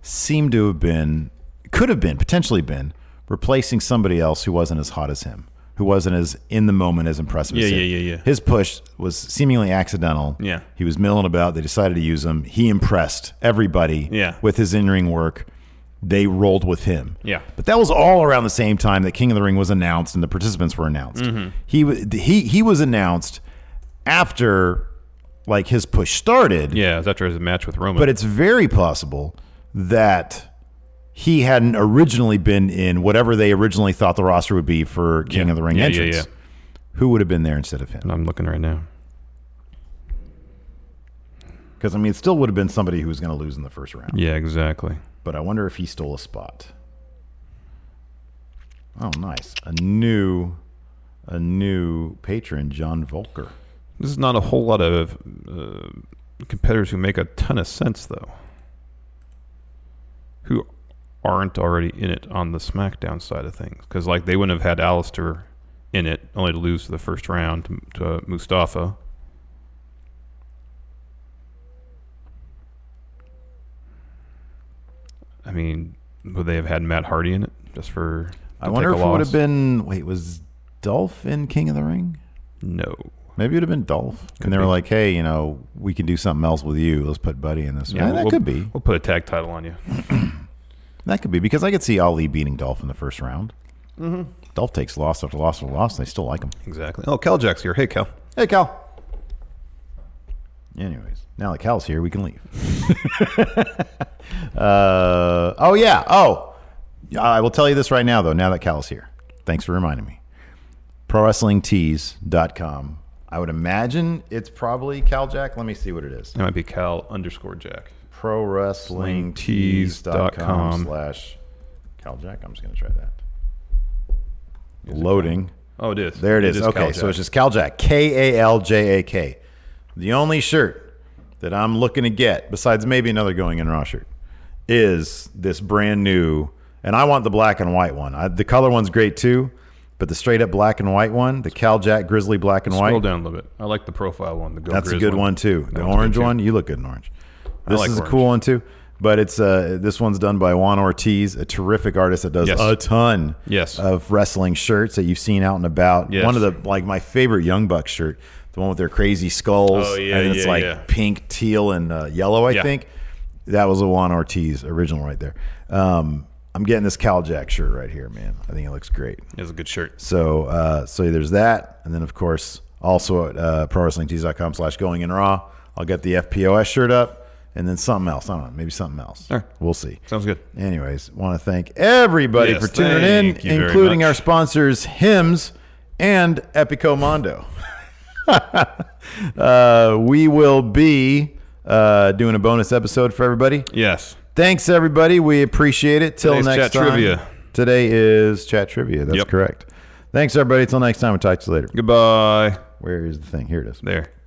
S3: seemed to have been, could have been, potentially been replacing somebody else who wasn't as hot as him, who wasn't as in the moment as impressive. as
S4: Yeah,
S3: him.
S4: yeah, yeah, yeah.
S3: His push was seemingly accidental.
S4: Yeah.
S3: he was milling about. They decided to use him. He impressed everybody.
S4: Yeah.
S3: with his in-ring work. They rolled with him.
S4: Yeah.
S3: But that was all around the same time that King of the Ring was announced and the participants were announced.
S4: Mm-hmm.
S3: He w- he he was announced after like his push started.
S4: Yeah, it was after his match with Roman.
S3: But it's very possible that he hadn't originally been in whatever they originally thought the roster would be for King
S4: Yeah.
S3: of the Ring
S4: Yeah, yeah,
S3: entrance.
S4: yeah.
S3: Who would have been there instead of him?
S4: I'm looking right now.
S3: Because I mean, it still would have been somebody who was going to lose in the first round.
S4: Yeah, exactly.
S3: But I wonder if he stole a spot. Oh, nice! A new, a new patron, John Volker.
S4: This is not a whole lot of uh, competitors who make a ton of sense, though, who aren't already in it on the SmackDown side of things. Because, like, they wouldn't have had Alistair in it, only to lose the first round to, to uh, Mustafa. I mean, would they have had Matt Hardy in it just for?
S3: I
S4: to
S3: wonder
S4: take
S3: if
S4: a
S3: it would
S4: loss?
S3: have been. Wait, was Dolph in King of the Ring?
S4: no.
S3: Maybe it would have been Dolph. and they were like, hey, you know, we can do something else with you. Let's put Buddy in this. Yeah, that
S4: we'll-
S3: could be.
S4: We'll put a tag title on you.
S3: That could be because I could see Ali beating Dolph in the first round.
S4: Mm-hmm.
S3: Dolph takes loss after loss after loss, and they still like him.
S4: Exactly. Oh, Cal Jack's here. Hey, Cal.
S3: Hey, Cal. Anyways, now that Cal's here, we can leave. uh, oh, yeah. Oh, I will tell you this right now, though, now that Cal's here. Thanks for reminding me. ProWrestlingTees.com. I would imagine it's probably Cal Jack. Let me see what it is.
S4: That might be Cal underscore Jack.
S3: ProWrestlingTees.com slash Cal Jack. I'm just going to try that. Loading.
S4: Oh, it is.
S3: There it is. okay,
S4: Cal
S3: so
S4: Jack.
S3: it's just Caljak. K A L J A K. The only shirt that I'm looking to get, besides maybe another going in raw shirt, is this brand new. And I want the black and white one. I, the color one's great too, but the straight up black and white one, the Caljak Grizzly black and
S4: Scroll
S3: white,
S4: down a little bit. I like the profile one. The Go
S3: that's a
S4: Grizz
S3: good one, too.
S4: That
S3: The
S4: one's good,
S3: orange
S4: too.
S3: one, you look good in orange. This
S4: like
S3: is a
S4: orange.
S3: cool one too, but it's uh, this one's done by Juan Ortiz, a terrific artist that does
S4: Yes.
S3: a ton
S4: Yes.
S3: of wrestling shirts that you've seen out and about.
S4: Yes.
S3: One of the like my favorite Young Buck shirt, the one with their crazy skulls,
S4: Oh, yeah,
S3: and it's
S4: yeah,
S3: like
S4: yeah.
S3: pink, teal, and uh, yellow. I
S4: Yeah.
S3: think that was a Juan Ortiz original right there. Um, I'm getting this Caljack shirt right here, man. I think it looks great.
S4: It's a good shirt.
S3: So uh, so there's that, and then of course also at uh, prowrestlingtees.com slash going in raw. I'll get the FPOS shirt up, and then something else. I don't know, maybe something else.
S4: All right.
S3: We'll see.
S4: Sounds good.
S3: Anyways, want to thank everybody
S4: Yes,
S3: for tuning in,
S4: thank you very
S3: including
S4: much.
S3: our sponsors Hims and Epico Mondo. uh, we will be uh, doing a bonus episode for everybody.
S4: Yes.
S3: Thanks, everybody. We appreciate it. Till
S4: Today's
S3: next
S4: chat
S3: time.
S4: trivia.
S3: Today is chat trivia. That's
S4: Yep.
S3: correct. Thanks, everybody. Till next time. We'll talk to you later.
S4: Goodbye.
S3: Where is the thing? Here it is.
S4: There.